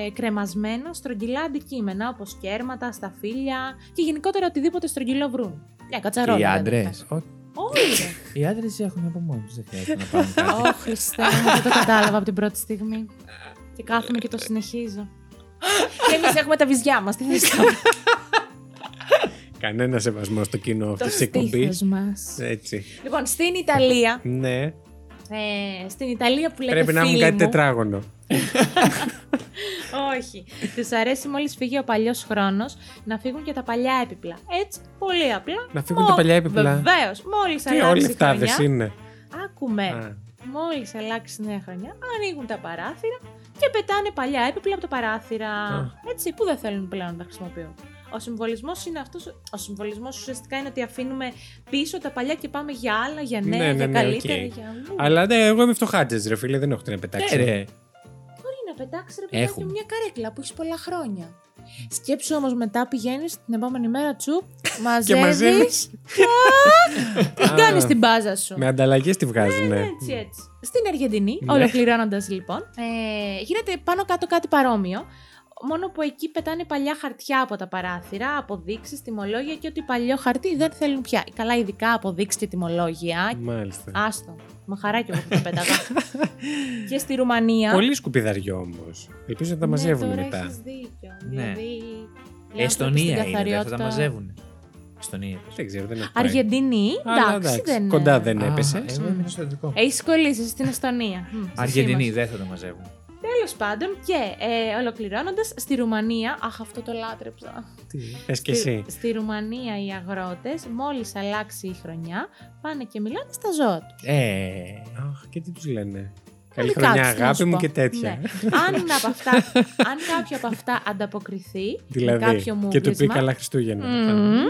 Speaker 2: ε, κρεμασμένα στρογγυλά αντικείμενα όπως κέρματα, σταφύλια και γενικότερα οτιδήποτε στρογγυλό βρουν. Μια κατσαρόλα.
Speaker 3: Οι
Speaker 2: δηλαδή.
Speaker 3: άντρε.
Speaker 2: Όλοι. ρε.
Speaker 3: Οι άντρες έχουν από μόνοι του, δεν χρειάζεται να πάνε κάτι.
Speaker 2: Ω, Χριστέ, μου, δεν το κατάλαβα από την πρώτη στιγμή. Και κάθομαι και το συνεχίζω. και εμείς έχουμε τα βυζιά μας. Τι θες να
Speaker 1: Κανένα σεβασμό στο κοινό
Speaker 2: το
Speaker 1: αυτής της εκπομπής.
Speaker 2: στήθος μας.
Speaker 1: Έτσι.
Speaker 2: Λοιπόν, στην Ιταλία.
Speaker 1: Ναι.
Speaker 2: ε, στην Ιταλία που λέτε
Speaker 1: Πρέπει να
Speaker 2: φίλοι
Speaker 1: έχουν κάτι
Speaker 2: μου,
Speaker 1: τετράγωνο.
Speaker 2: Όχι. Τους αρέσει μόλις φύγει ο παλιός χρόνος να φύγουν και τα παλιά έπιπλα. Έτσι, πολύ απλά.
Speaker 1: Να φύγουν τα παλιά έπιπλα.
Speaker 2: Βεβαίως. Μόλις
Speaker 1: Τι όλοι
Speaker 2: αλλάξει.
Speaker 1: αυτά
Speaker 2: χρονιά, Ναι.
Speaker 1: δεν είναι.
Speaker 2: Άκουμε.
Speaker 1: Α,
Speaker 2: Μόλις αλλάξει η νέα χρονιά, ανοίγουν τα παράθυρα και πετάνε παλιά έπιπλα από τα παράθυρα.
Speaker 1: Α.
Speaker 2: Έτσι, που δεν θέλουν πλέον να τα χρησιμοποιούν. Ο συμβολισμός είναι αυτός. Ο συμβολισμός ουσιαστικά είναι ότι αφήνουμε πίσω τα παλιά και πάμε για άλλα, για νέα,
Speaker 1: Ναι, ναι,
Speaker 2: για
Speaker 1: ναι,
Speaker 2: καλύτερα.
Speaker 1: οκ.
Speaker 2: Για... αλλού.
Speaker 1: Αλλά ναι, εγώ είμαι φτωχάτζες, ρε φίλε, δεν έχω τι να
Speaker 3: Ε,
Speaker 1: πετάξω.
Speaker 3: ρε.
Speaker 2: Μπορεί να πετάξεις ρε παιδάκι
Speaker 3: Έχουμε.
Speaker 2: μου μια καρέκλα που έχεις πολλά χρόνια. Σκέψου όμως μετά πηγαίνεις την επόμενη μέρα τσου, μαζεύεις.
Speaker 1: μαζεύεις.
Speaker 2: Τι
Speaker 1: Α,
Speaker 2: κάνεις την μπάζα σου.
Speaker 1: Με ανταλλαγές τη βγάζουν, ναι.
Speaker 2: Έτσι, έτσι. Στην Αργεντινή,
Speaker 1: Ναι.
Speaker 2: ολοκληρώνοντας λοιπόν, ε, γίνεται πάνω κάτω κάτι παρόμοιο. Μόνο που εκεί πετάνε παλιά χαρτιά από τα παράθυρα, αποδείξεις, τιμολόγια και ότι παλιό χαρτί δεν θέλουν πια. Καλά, ειδικά αποδείξεις και
Speaker 1: Ναι.
Speaker 2: τιμολόγια.
Speaker 1: Μάλιστα.
Speaker 2: Άστο. Με χαρά και εγώ θα τα πέταγα. και στη Ρουμανία.
Speaker 1: Πολύ σκουπιδαριό όμως. Ελπίζω να τα μαζεύουν
Speaker 2: ναι, τώρα
Speaker 1: μετά. Ε,
Speaker 2: έχεις δίκιο.
Speaker 3: Ναι.
Speaker 2: Δηλαδή, οι άνθρωποι στην
Speaker 3: Εστονία είναι, δεν θα τα
Speaker 2: καθαριότητα-
Speaker 3: μαζεύουν. Εστονία.
Speaker 1: Δεν ξέρω, δεν έχω. πάει.
Speaker 2: Αργεντινή,
Speaker 1: Αλλά
Speaker 2: εντάξει,
Speaker 1: εντάξει,
Speaker 2: δεν
Speaker 1: Κοντά δεν
Speaker 3: Α,
Speaker 1: έπεσες.
Speaker 3: Εγώ ήμουν στο δικό.
Speaker 2: Έχεις κολλήσεις στην Εστονία. Μμ, Ε, στη
Speaker 3: Αργεντινή,
Speaker 2: σήμαση.
Speaker 3: δεν θα τα μαζεύουν.
Speaker 2: Τέλος πάντων, και ε, ολοκληρώνοντας, στη Ρουμανία. Αχ, αυτό το λάτρεψα.
Speaker 1: Πε και εσύ.
Speaker 2: Στη, στη Ρουμανία οι αγρότες, μόλις αλλάξει η χρονιά, πάνε και μιλάνε στα ζώα τους.
Speaker 3: Ε.
Speaker 1: Αχ, και τι τους λένε. Καλή
Speaker 2: Δικά
Speaker 1: χρονιά,
Speaker 2: τους, τι να
Speaker 1: αγάπη
Speaker 2: σου
Speaker 1: μου
Speaker 2: πω.
Speaker 1: και τέτοια.
Speaker 2: Ναι. αν, από αυτά, αν κάποιο από αυτά ανταποκριθεί, με
Speaker 1: Δηλαδή,
Speaker 2: κάποιο μου
Speaker 1: και του πει
Speaker 2: βίσμα,
Speaker 1: καλά Χριστούγεννα.
Speaker 2: μμμ,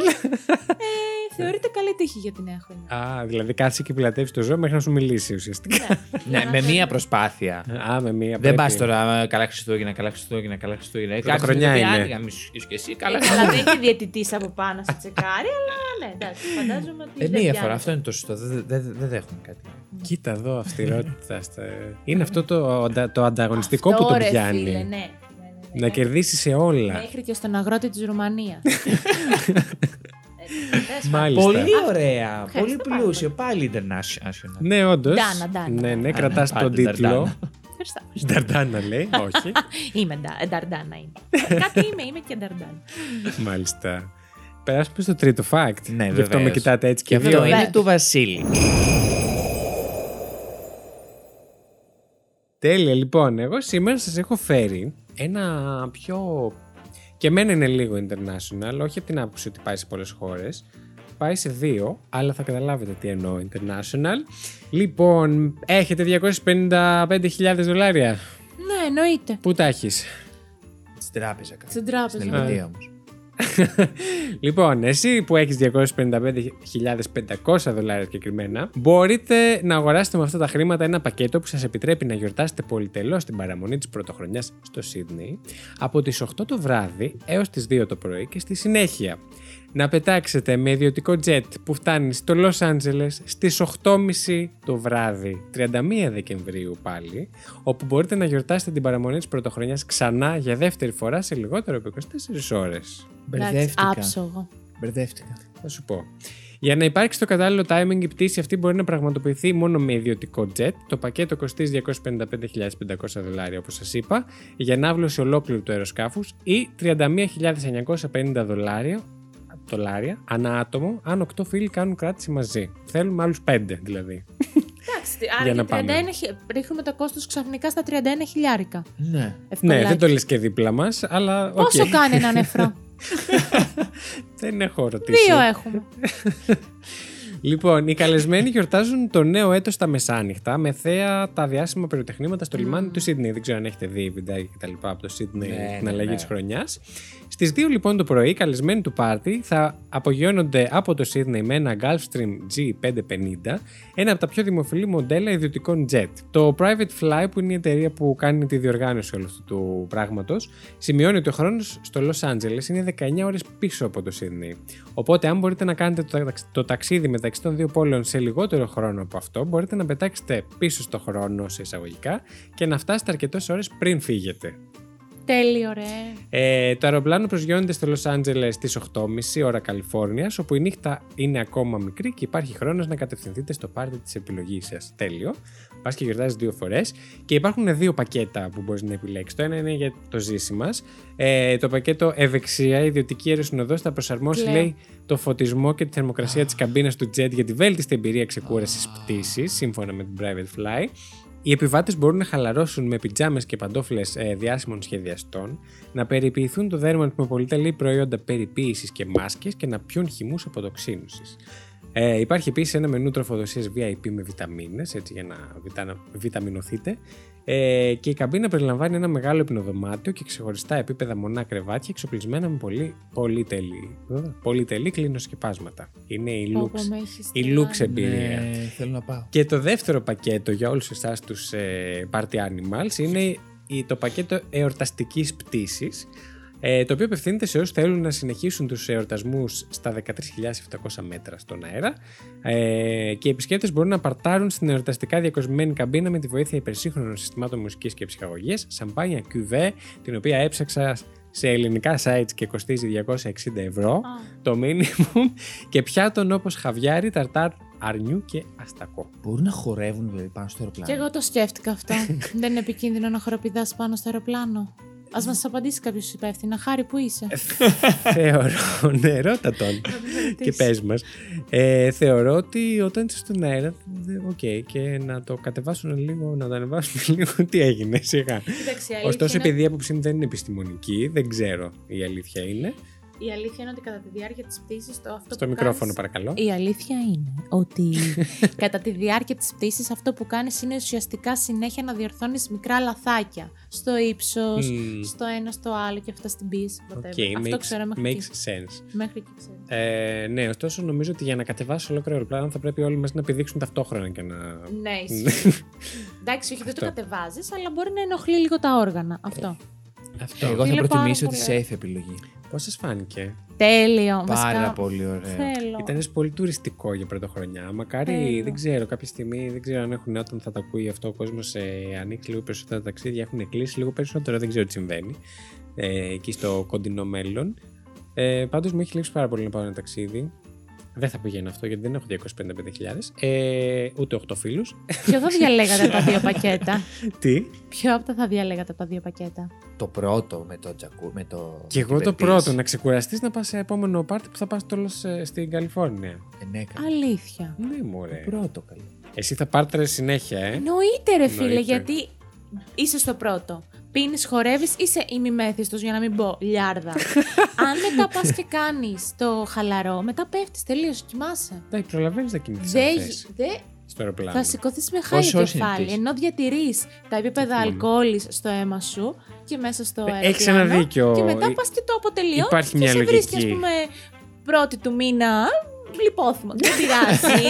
Speaker 2: ε, θεωρείται καλή τύχη για τη νέα χρονιά.
Speaker 1: Α, δηλαδή κάτσε και πλατεύει το ζώο μέχρι να σου μιλήσει ουσιαστικά.
Speaker 3: Ναι, με μία προσπάθεια.
Speaker 1: Α, με μία
Speaker 3: Δεν
Speaker 1: πρέπει.
Speaker 3: πας τώρα ε, καλά Χριστούγεννα, καλά Χριστούγεννα, καλά Χριστούγεννα. Ε, Κάτσε
Speaker 1: χρονιά
Speaker 3: να δει,
Speaker 1: είναι.
Speaker 3: άντε, γαμίσου και εσύ,
Speaker 2: Ε,
Speaker 3: καλά.
Speaker 2: Καλά, δεν έχει διαιτητής από πάνω σε τσεκάρει, αλλά ναι, εντάξει, φαντάζομαι ότι.
Speaker 3: Ε,
Speaker 2: δεν
Speaker 3: μία
Speaker 2: πιάνει.
Speaker 3: φορά, αυτό είναι το σωστό. Δεν δεν- δεν- δεν δέχομαι κάτι.
Speaker 1: Κοίτα εδώ, αυστηρότητα. στα- Είναι αυτό το, αντα- το ανταγωνιστικό που το
Speaker 2: Τώρα,
Speaker 1: πιάνει.
Speaker 2: Φίλε, ναι. ναι, ναι, ναι, Ε,
Speaker 1: Να κερδίσεις σε όλα.
Speaker 2: Μέχρι και στον αγρότη της Ρουμανίας. ναι,
Speaker 1: Μάλιστα.
Speaker 3: Πολύ ωραία,
Speaker 2: Ευχαριστώ
Speaker 3: πολύ
Speaker 2: πάρα
Speaker 3: πλούσιο. Πάλι international.
Speaker 1: Ναι, όντως.
Speaker 2: Ντάνα, ντάνα.
Speaker 1: Ναι, ναι,
Speaker 3: Ντάνα,
Speaker 1: κρατάς
Speaker 3: ντάνα,
Speaker 1: τον τίτλο.
Speaker 3: ντάνα.
Speaker 2: Ευχαριστώ.
Speaker 1: Νταρντάνα λέει, όχι.
Speaker 2: Είμαι ντα- ε, νταρντάνα. Είμαι. Κάτι είμαι, είμαι και νταρντάνα.
Speaker 1: Μάλιστα. Περάσουμε στο τρίτο fact.
Speaker 3: Ναι,
Speaker 1: Γι' αυτό με
Speaker 3: βεβαίως.
Speaker 1: κοιτάτε έτσι
Speaker 3: Και
Speaker 1: και
Speaker 3: αυτό
Speaker 1: δύο.
Speaker 2: Βεβαίως.
Speaker 3: είναι του Βασίλη.
Speaker 1: Τέλεια, λοιπόν. Εγώ σήμερα σας έχω φέρει ένα πιο... Και εμένα είναι λίγο international, όχι από την άποψη ότι πάει σε πολλές χώρες. Πάει σε δύο, αλλά θα καταλάβετε τι εννοώ international. Λοιπόν, έχετε 255.000 δολάρια.
Speaker 2: Ναι, εννοείται.
Speaker 1: Πού τα έχεις?
Speaker 3: Στην τράπεζα κάτω.
Speaker 2: Στην
Speaker 3: Στην
Speaker 2: τράπεζα.
Speaker 3: Ελβετία όμως.
Speaker 1: Λοιπόν, εσύ που έχεις 255.500 δολάρια συγκεκριμένα, μπορείτε να αγοράσετε με αυτά τα χρήματα ένα πακέτο που σας επιτρέπει να γιορτάσετε πολυτελώς την παραμονή της πρωτοχρονιάς στο Σίδνεϊ από τις 8 το βράδυ έως τις 2 το πρωί και στη συνέχεια να πετάξετε με ιδιωτικό jet που φτάνει στο Λος Άντζελες στις 8.30 το βράδυ, 31 Δεκεμβρίου πάλι, όπου μπορείτε να γιορτάσετε την παραμονή της πρωτοχρονιάς ξανά για δεύτερη φορά σε λιγότερο από 24 ώρες.
Speaker 2: Εντάξει, Άψογο.
Speaker 3: Μπερδεύτηκα.
Speaker 1: Θα σου πω. Για να υπάρξει το κατάλληλο timing, η πτήση αυτή μπορεί να πραγματοποιηθεί μόνο με ιδιωτικό jet. Το πακέτο κοστίζει 255.500 δολάρια, όπως σας είπα, για ανάβλωση ολόκληρου του αεροσκάφους ή 31.950 δολάρια, δολάρια ανά άτομο, αν 8 φίλοι κάνουν κράτηση μαζί. Θέλουμε άλλους 5 δηλαδή.
Speaker 2: Εντάξει,
Speaker 1: Για να
Speaker 2: άρα και
Speaker 1: πάμε.
Speaker 2: 31 χι- ρίχνουμε το κόστος ξαφνικά στα 31 χιλιάρικα.
Speaker 3: Ναι.
Speaker 1: Ναι, δεν
Speaker 2: Ευκολάκι.
Speaker 1: το λες και δίπλα μας, αλλά. οκ.
Speaker 2: Πόσο κάνει ένα νεφρό.
Speaker 1: δεν έχω ρωτήσει.
Speaker 2: Δύο έχουμε.
Speaker 1: Λοιπόν, οι καλεσμένοι γιορτάζουν το νέο έτος τα μεσάνυχτα με θέα τα διάσημα πυροτεχνήματα στο λιμάνι του Σίδνεϊ. Δεν ξέρω αν έχετε δει βιντεάκια και τα λοιπά από το Σίδνεϊ
Speaker 3: Ναι,
Speaker 1: την
Speaker 3: ναι,
Speaker 1: αλλαγή
Speaker 3: ναι.
Speaker 1: της χρονιάς. Στις 2 λοιπόν το πρωί, οι καλεσμένοι του πάρτι θα απογειώνονται από το Σίδνεϊ με ένα Gulfstream G550, ένα από τα πιο δημοφιλή μοντέλα ιδιωτικών jet. Το Private Fly, που είναι η εταιρεία που κάνει τη διοργάνωση όλου αυτού του πράγματος, σημειώνει ότι ο χρόνος στο Λο Άντζελε είναι 19 ώρες πίσω από το Σίδνεϊ. Οπότε, αν μπορείτε να κάνετε το, ταξ- το ταξίδι μεταξύ των δύο πόλεων σε λιγότερο χρόνο από αυτό, μπορείτε να πετάξετε πίσω στο χρόνο σε εισαγωγικά και να φτάσετε αρκετές ώρες πριν φύγετε.
Speaker 2: Τέλειο, ρε.
Speaker 1: Ε, το αεροπλάνο προσγειώνεται στο Λος Άντζελες στις 8.30 ώρα Καλιφόρνιας, όπου η νύχτα είναι ακόμα μικρή και υπάρχει χρόνος να κατευθυνθείτε στο πάρτι της επιλογής σας. Τέλειο. Πας και γιορτάζεις δύο φορές. Και υπάρχουν δύο πακέτα που μπορείς να επιλέξεις. Το ένα είναι για το ζήσι μας. Ε, το πακέτο ευεξία, ιδιωτική αεροσυνοδός, θα προσαρμόσει,
Speaker 2: Κλαίω.
Speaker 1: λέει, το φωτισμό και τη θερμοκρασία της καμπίνας του jet για τη βέλτιστη εμπειρία ξεκούρασης πτήσης, σύμφωνα με την Private Fly. Οι επιβάτες μπορούν να χαλαρώσουν με πιτζάμες και παντόφλες ε, διάσημων σχεδιαστών, να περιποιηθούν το δέρμα τους με πολυτελή προϊόντα περιποίησης και μάσκες και να πιούν χυμούς αποτοξίνωση. Ε, υπάρχει επίσης ένα μενού τροφοδοσίας VIP με βιταμίνες, έτσι για να βιτανα- βιταμινωθείτε. Ε, και η καμπίνα περιλαμβάνει ένα μεγάλο υπνοδωμάτιο και ξεχωριστά επίπεδα μονά κρεβάτια εξοπλισμένα με πολύ, πολύ τελή, πολύ τελή κλινοσκεπάσματα. Είναι η
Speaker 2: Πω, πω,
Speaker 1: Lux,
Speaker 2: με έχεις
Speaker 1: η
Speaker 2: τρελάνει.
Speaker 1: Lux εμπειρία.
Speaker 4: Ναι, θέλω να πάω.
Speaker 1: Και το δεύτερο πακέτο για όλους εσάς τους ε, party animals είναι η- το πακέτο εορταστικής πτήσης ε, το οποίο απευθύνεται σε όσους θέλουν να συνεχίσουν τους εορτασμούς στα 13.700 μέτρα στον αέρα ε, και οι επισκέπτες μπορούν να παρτάρουν στην εορταστικά διακοσμημένη καμπίνα με τη βοήθεια υπερσύγχρονων συστημάτων μουσικής και ψυχαγωγίας, σαμπάνια QV, την οποία έψαξα σε ελληνικά sites και κοστίζει 260 ευρώ
Speaker 2: Α,
Speaker 1: το minimum και πιάτων όπως χαβιάρι, ταρτάρ, αρνιού και αστακό.
Speaker 4: Μπορούν να χορεύουν δηλαδή, πάνω στο αεροπλάνο.
Speaker 2: Κι εγώ το σκέφτηκα αυτό. Δεν είναι επικίνδυνο να χοροπηδάς πάνω στο αεροπλάνο. Ας μας απαντήσει κάποιος υπεύθυνα. Χάρη, που είσαι.
Speaker 1: Ε, θεωρώ, ναι, ρώτα τον και πες μας. Ε, θεωρώ ότι όταν είσαι στον αέρα, δε- οκ, και να το κατεβάσουν λίγο, να το ανεβάσουν λίγο, τι έγινε, σιγά.
Speaker 2: Κοίταξε, η αλήθεια
Speaker 1: Ωστόσο,
Speaker 2: είναι-
Speaker 1: επειδή η άποψή μου δεν είναι επιστημονική, δεν ξέρω η αλήθεια είναι.
Speaker 2: Η αλήθεια είναι ότι κατά τη διάρκεια της πτήσης το αυτό
Speaker 1: Στο
Speaker 2: που
Speaker 1: μικρόφωνο,
Speaker 2: κάνεις-
Speaker 1: παρακαλώ.
Speaker 2: Η αλήθεια είναι ότι κατά τη διάρκεια της πτήσης αυτό που κάνεις είναι ουσιαστικά συνέχεια να διορθώνεις μικρά λαθάκια στο ύψος,
Speaker 1: Μμμ,
Speaker 2: στο ένα, στο άλλο και αυτά στην πίση. whatever.
Speaker 1: οκ,
Speaker 2: αυτό
Speaker 1: makes,
Speaker 2: ξέρω μέχρι
Speaker 1: makes
Speaker 2: εκεί.
Speaker 1: sense.
Speaker 2: Μέχρι εκεί ξέρω.
Speaker 1: Ε, ναι, ωστόσο νομίζω ότι για να κατεβάσει ολόκληρο αεροπλάνο θα πρέπει όλοι μας να πηδήξουν ταυτόχρονα και να...
Speaker 2: Ναι, ισχύει. Εντάξει, όχι, δεν το
Speaker 1: Αυτό. Ε,
Speaker 2: κατεβάζεις, αλλά μπορεί να ενοχλεί λίγο τα όργανα. Αυτό.
Speaker 1: Αυτό.
Speaker 4: Εγώ
Speaker 2: Είναι
Speaker 4: θα
Speaker 2: πάρα
Speaker 4: προτιμήσω τη
Speaker 2: πολύ ωραία.
Speaker 4: safe επιλογή.
Speaker 1: Πώς σας φάνηκε.
Speaker 2: Τέλειο.
Speaker 4: Πάρα
Speaker 2: βασικά,
Speaker 4: πολύ
Speaker 1: ε.
Speaker 4: ωραία.
Speaker 2: Θέλω.
Speaker 1: Ήταν έτσι πολύ τουριστικό για πρωτοχρονιά. Μακάρι,
Speaker 2: Θέλω.
Speaker 1: δεν ξέρω, κάποια στιγμή, δεν ξέρω αν έχουν όταν θα τα ακούει αυτό ο κόσμος. Ε, ανοίξει λίγο περισσότερα τα ταξίδια, έχουν κλείσει λίγο περισσότερο, δεν ξέρω τι συμβαίνει. Ε, εκεί στο κοντινό μέλλον. Ε, Πάντως μου έχει λείψει πάρα πολύ να πάω ένα ταξίδι. Δεν θα πηγαίνω αυτό γιατί δεν έχω 255.000. Ε, ούτε 8 φίλους.
Speaker 2: Ποιο θα διαλέγατε από τα δύο πακέτα.
Speaker 1: τι.
Speaker 2: Ποιο από τα θα διαλέγατε από τα δύο πακέτα.
Speaker 4: Το πρώτο με το τζακού. Με το...
Speaker 1: Και εγώ
Speaker 4: την
Speaker 1: το
Speaker 4: πεποίθηση.
Speaker 1: πρώτο, ναι. να ξεκουραστείς να πας σε επόμενο πάρτι που θα πας τώρα στην Καλιφόρνια.
Speaker 4: Ε, ναι, καλά.
Speaker 2: Αλήθεια.
Speaker 1: Ναι, μωρέ.
Speaker 4: Το πρώτο καλό.
Speaker 1: Εσύ θα πάρτρες συνέχεια, ε.
Speaker 2: Εννοείται, ρε
Speaker 1: Εννοείται.
Speaker 2: φίλε, γιατί είσαι στο πρώτο. Πίνεις, χορεύεις, είσαι ημιμέθιστο για να μην πω λιάρδα. Αν μετά πας και κάνεις το χαλαρό, μετά πέφτεις τελείως, κοιμάσαι.
Speaker 1: Εντάξει, προλαβαίνει να κινηθεί.
Speaker 2: Δε, δε,
Speaker 1: στο αεροπλάνο.
Speaker 2: θα σηκωθείς με χάρη
Speaker 4: Πόσο
Speaker 2: κεφάλι,
Speaker 4: συνηθίζεις.
Speaker 2: ενώ διατηρείς τα επίπεδα
Speaker 1: θυμάμαι.
Speaker 2: αλκοόλης στο αίμα σου και μέσα στο αεροπλάνο.
Speaker 1: Ε, Έχεις ένα δίκιο.
Speaker 2: Και μετά
Speaker 1: Υ-
Speaker 2: πας και το αποτελείω.
Speaker 1: υπάρχει μια
Speaker 2: και σε βρίσκει,
Speaker 1: λογική.
Speaker 2: ας πούμε, πρώτη του μήνα. Λιπόθυμο. Δεν πειράζει.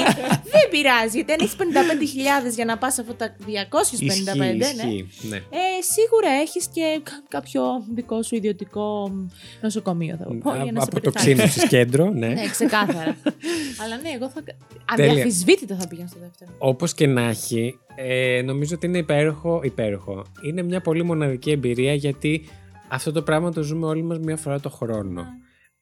Speaker 2: δεν πειράζει. Γιατί αν έχεις 55.000 για να πας από τα 255, ναι.
Speaker 1: ναι.
Speaker 2: Ε, σίγουρα έχεις και κα- κάποιο δικό σου ιδιωτικό νοσοκομείο, θα πω. για να σε
Speaker 1: από το
Speaker 2: πετυχάνεις.
Speaker 1: ξύνωσης κέντρο, ναι.
Speaker 2: Ναι, ξεκάθαρα. Αλλά ναι, εγώ θα.
Speaker 1: Τέλεια.
Speaker 2: Αδιαφυσβήτητα θα πήγαινα στο δεύτερο.
Speaker 1: Όπως και να έχει, ε, νομίζω ότι είναι υπέροχο, υπέροχο. Είναι μια πολύ μοναδική εμπειρία γιατί αυτό το πράγμα το ζούμε όλοι μας μία φορά το χρόνο.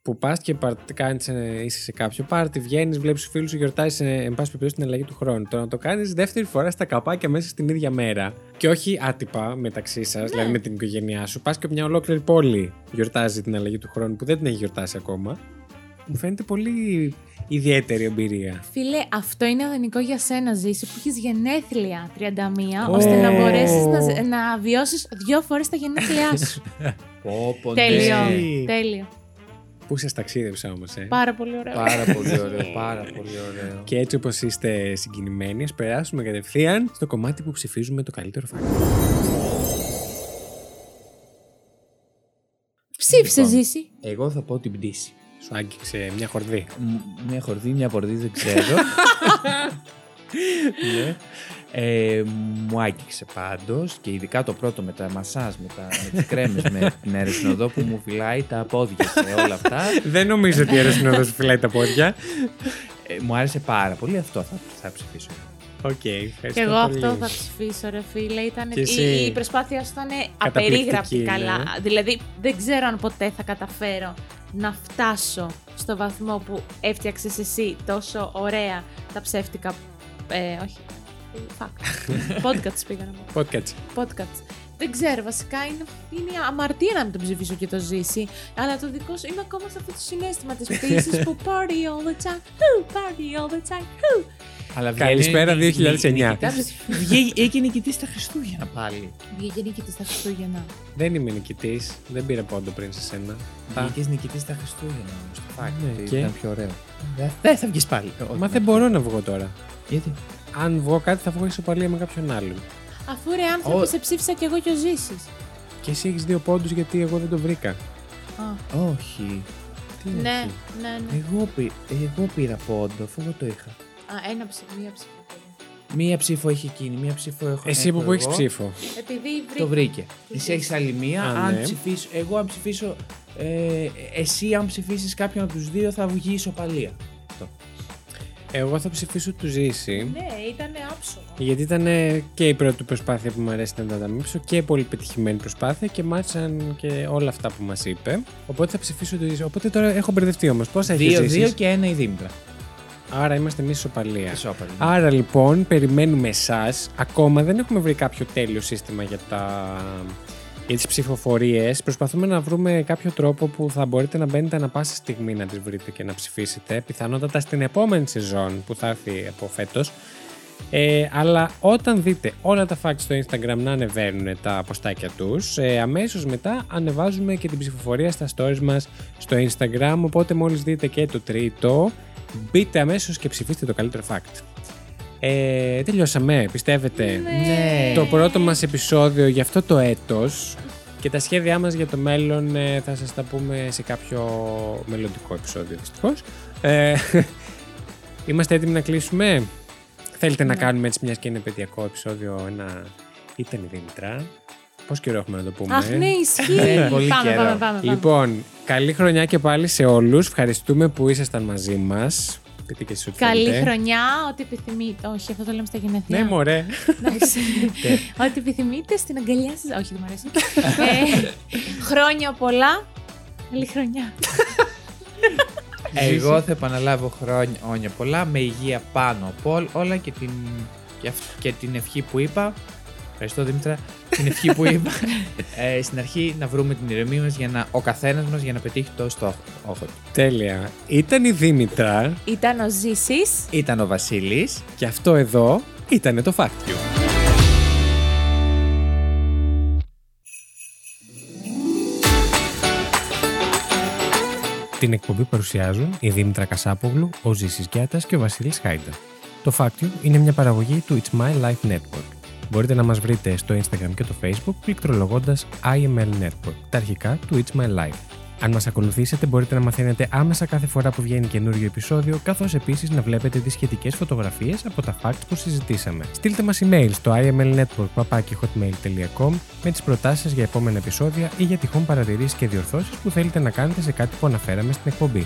Speaker 1: Που πας και παρ- κάνεις, ε, είσαι σε κάποιο πάρτι, βγαίνεις, βλέπεις τους φίλους σου, γιορτάζεις, εν πάση περιπτώσει, την αλλαγή του χρόνου. Το να το κάνεις δεύτερη φορά στα καπάκια μέσα στην ίδια μέρα και όχι άτυπα μεταξύ σας, δηλαδή με την οικογένειά σου, πας και μια ολόκληρη πόλη γιορτάζει την αλλαγή του χρόνου που δεν την έχει γιορτάσει ακόμα. Μου φαίνεται πολύ ιδιαίτερη εμπειρία.
Speaker 2: Φίλε, αυτό είναι αδενικό για σένα, Ζήση, που έχεις γενέθλια 31,
Speaker 1: Ω.
Speaker 2: ώστε να μπορέσεις να, ζ- να βιώσεις δύο φορές τα γενέθλιά σου.
Speaker 4: Πόπο,
Speaker 2: Τέλειο.
Speaker 4: ναι.
Speaker 2: Τέλειο.
Speaker 1: Πού σας ταξίδεψα όμως, ε.
Speaker 2: Πάρα πολύ ωραίο.
Speaker 4: Πάρα πολύ ωραίο. Πάρα πολύ ωραίο.
Speaker 1: Και έτσι όπως είστε συγκινημένοι, ας περάσουμε κατευθείαν στο κομμάτι που ψηφίζουμε το καλύτερο φάκελο.
Speaker 2: Ψήφισε,
Speaker 4: Λοιπόν.
Speaker 2: Ζήση.
Speaker 4: Εγώ θα πω την πτήση.
Speaker 1: Σου άγγιξε μια χορδή.
Speaker 4: Μ- Μια χορδή, μια πορδή, δεν ξέρω. ναι. Ε, μου άγγιξε πάντως και ειδικά το πρώτο με τα μασάζ, με, τα, με τις κρέμες, με την αεροσυνοδό που μου φυλάει τα πόδια και όλα αυτά.
Speaker 1: Δεν νομίζω ότι η αεροσυνοδό σου φυλάει τα πόδια.
Speaker 4: Ε, μου άρεσε πάρα πολύ αυτό, θα, θα ψηφίσω.
Speaker 1: Οκ, ευχαριστώ.
Speaker 2: Και εγώ
Speaker 1: πολύ.
Speaker 2: αυτό θα ψηφίσω, ρε φίλε. Ήταν...
Speaker 1: Κι
Speaker 2: Η,
Speaker 1: εσύ.
Speaker 2: η προσπάθεια σου ήταν απερίγραπτη
Speaker 1: ναι.
Speaker 2: καλά. Δηλαδή, δεν ξέρω αν ποτέ θα καταφέρω να φτάσω στο βαθμό που έφτιαξες εσύ τόσο ωραία τα ψεύτικα. Ε, όχι. Fuck. Podcasts πήγα να πω.
Speaker 1: Podcast.
Speaker 2: Podcasts. Δεν ξέρω, βασικά είναι, είναι αμαρτία να μην τον ψηφίσω και το ζήσει. Αλλά το δικό σου είμαι ακόμα σε αυτό το συνέστημα της ποιήση που party all the time. Who party all the time. Who.
Speaker 3: Αλλά
Speaker 1: Καλησπέρα,
Speaker 3: βγαίνει-
Speaker 1: 2009.
Speaker 3: νικητάς- βγαίνει- Έγινε νικητή στα Χριστούγεννα πάλι.
Speaker 2: Βγήκε νικητής στα Χριστούγεννα.
Speaker 1: Δεν είμαι νικητής. Δεν πήρα πόντο πριν σε σένα. Τα-
Speaker 3: Βγήκε νικητής στα Χριστούγεννα όμως. Το fact
Speaker 1: Ναι,
Speaker 3: ότι
Speaker 1: και?
Speaker 3: ήταν πιο ωραίο. Δεν θα βγεις πάλι. Όχι,
Speaker 1: Μα
Speaker 3: ναι.
Speaker 1: δεν μπορώ να βγω τώρα.
Speaker 3: Γιατί.
Speaker 1: Αν βγω κάτι, θα βγω ισοπαλία με κάποιον άλλον.
Speaker 2: Αφού ρε άνθρωποι
Speaker 3: Ω.
Speaker 2: σε ψήφισα και εγώ και ο Ζήσης.
Speaker 1: Και εσύ έχεις δύο πόντους γιατί εγώ δεν το βρήκα.
Speaker 3: Όχι.
Speaker 1: Τι
Speaker 2: Ναι,
Speaker 1: όχι.
Speaker 2: ναι, ναι.
Speaker 3: Εγώ, πή- εγώ πήρα πόντο, αφού εγώ το είχα.
Speaker 2: Α, ένα ψήφο, μία ψήφο.
Speaker 3: Μία ψήφο έχει εκείνη, μία ψήφο έχω.
Speaker 1: Εσύ
Speaker 3: έχω
Speaker 1: που, που έχεις
Speaker 3: εγώ.
Speaker 1: ψήφο.
Speaker 2: Επειδή
Speaker 3: Το
Speaker 2: βρήκα.
Speaker 3: βρήκε. Εσύ έχεις άλλη μία.
Speaker 1: Α,
Speaker 3: αν
Speaker 1: ναι.
Speaker 3: ψηφίσω, εγώ αν ψηφίσω. Ε, εσύ αν ψηφίσεις κάποιον από τους δύο θα βγει ισοπαλία.
Speaker 1: Εγώ θα ψηφίσω του Ζήση.
Speaker 2: Ναι, ήταν άψογο.
Speaker 1: Γιατί ήταν ε, και η πρώτη προσπάθεια που μου αρέσει να ανταμείψω και πολύ πετυχημένη προσπάθεια και μάτσαν και όλα αυτά που μας είπε. Οπότε θα ψηφίσω του Ζήση. Οπότε τώρα έχω μπερδευτεί όμως. Πόσα έχει
Speaker 3: Δύο,
Speaker 1: ζήσει.
Speaker 3: δύο και ένα η Δήμητρα.
Speaker 1: Άρα είμαστε εμείς ισοπαλία.
Speaker 3: Ισόπαλη.
Speaker 1: Άρα λοιπόν, περιμένουμε εσάς. Ακόμα δεν έχουμε βρει κάποιο τέλειο σύστημα για, τα... για τις ψηφοφορίες. Προσπαθούμε να βρούμε κάποιο τρόπο που θα μπορείτε να μπαίνετε ανα πάσα στιγμή να τις βρείτε και να ψηφίσετε. Πιθανότατα στην επόμενη σεζόν που θα έρθει από φέτος. Ε, αλλά όταν δείτε όλα τα facts στο Instagram να ανεβαίνουν τα αποστάκια τους, ε, αμέσως μετά ανεβάζουμε και την ψηφοφορία στα stories μας στο Instagram, οπότε μόλις δείτε και το τρίτο, μπείτε αμέσως και ψηφίστε το καλύτερο fact. Ε, τελειώσαμε, πιστεύετε.
Speaker 3: Ναι.
Speaker 1: Το πρώτο μας επεισόδιο για αυτό το έτος και τα σχέδιά μας για το μέλλον ε, θα σας τα πούμε σε κάποιο μελλοντικό επεισόδιο δυστυχώς. Ε, είμαστε έτοιμοι να κλείσουμε. Θέλετε
Speaker 2: Ναι.
Speaker 1: να κάνουμε έτσι μιας και είναι παιδιακό επεισόδιο ένα ήταν η Δήμητρα. Πώς καιρό έχουμε να το πούμε.
Speaker 2: Αχ, ναι, ισχύει.
Speaker 3: Ναι,
Speaker 2: πάμε,
Speaker 3: πολύ
Speaker 2: πάμε,
Speaker 3: καιρό.
Speaker 2: πάμε, πάμε.
Speaker 1: Λοιπόν, καλή χρονιά και πάλι σε όλους. Ευχαριστούμε που ήσασταν μαζί μας. Πείτε και εσείς ό,τι
Speaker 2: Καλή
Speaker 1: θέλετε.
Speaker 2: χρονιά, ό,τι επιθυμείτε. Όχι, αυτό το λέμε στα γενέθλια.
Speaker 1: Ναι, μωρέ.
Speaker 2: Εντάξει. Ό,τι επιθυμείτε στην αγκαλιά σας. Όχι, δεν μου αρέσει. Ε, χρόνια πολλά. Καλή χρονιά.
Speaker 3: Εγώ θα επαναλάβω χρόνια όνια πολλά με υγεία πάνω από ό- όλα και την, και, αυ- και την ευχή που είπα. Ευχαριστώ Δήμητρα. την ευχή που είπα. ε, στην αρχή να βρούμε την ηρεμία μας για να, ο καθένας μας για να πετύχει το στόχο όχο του.
Speaker 1: Τέλεια. Ήταν η Δήμητρα
Speaker 2: Ήταν ο Ζήσης.
Speaker 3: Ήταν ο Βασίλης.
Speaker 1: και αυτό εδώ ήταν το Fact You. Την εκπομπή παρουσιάζουν η Δήμητρα Κασάπογλου, ο Ζήσης Γιάτας και ο Βασίλης Χάιντα. Το Fact You είναι μια παραγωγή του It's My Life Network. Μπορείτε να μας βρείτε στο Instagram και το Facebook πληκτρολογώντας IML Network, τα αρχικά του It's My Life. Αν μας ακολουθήσετε μπορείτε να μαθαίνετε άμεσα κάθε φορά που βγαίνει καινούριο επεισόδιο, καθώς επίσης να βλέπετε τις σχετικές φωτογραφίες από τα facts που συζητήσαμε. Στείλτε μας email στο imlnetwork.hotmail.com με τις προτάσεις σας για επόμενα επεισόδια ή για τυχόν παρατηρήσεις και διορθώσεις που θέλετε να κάνετε σε κάτι που αναφέραμε στην εκπομπή.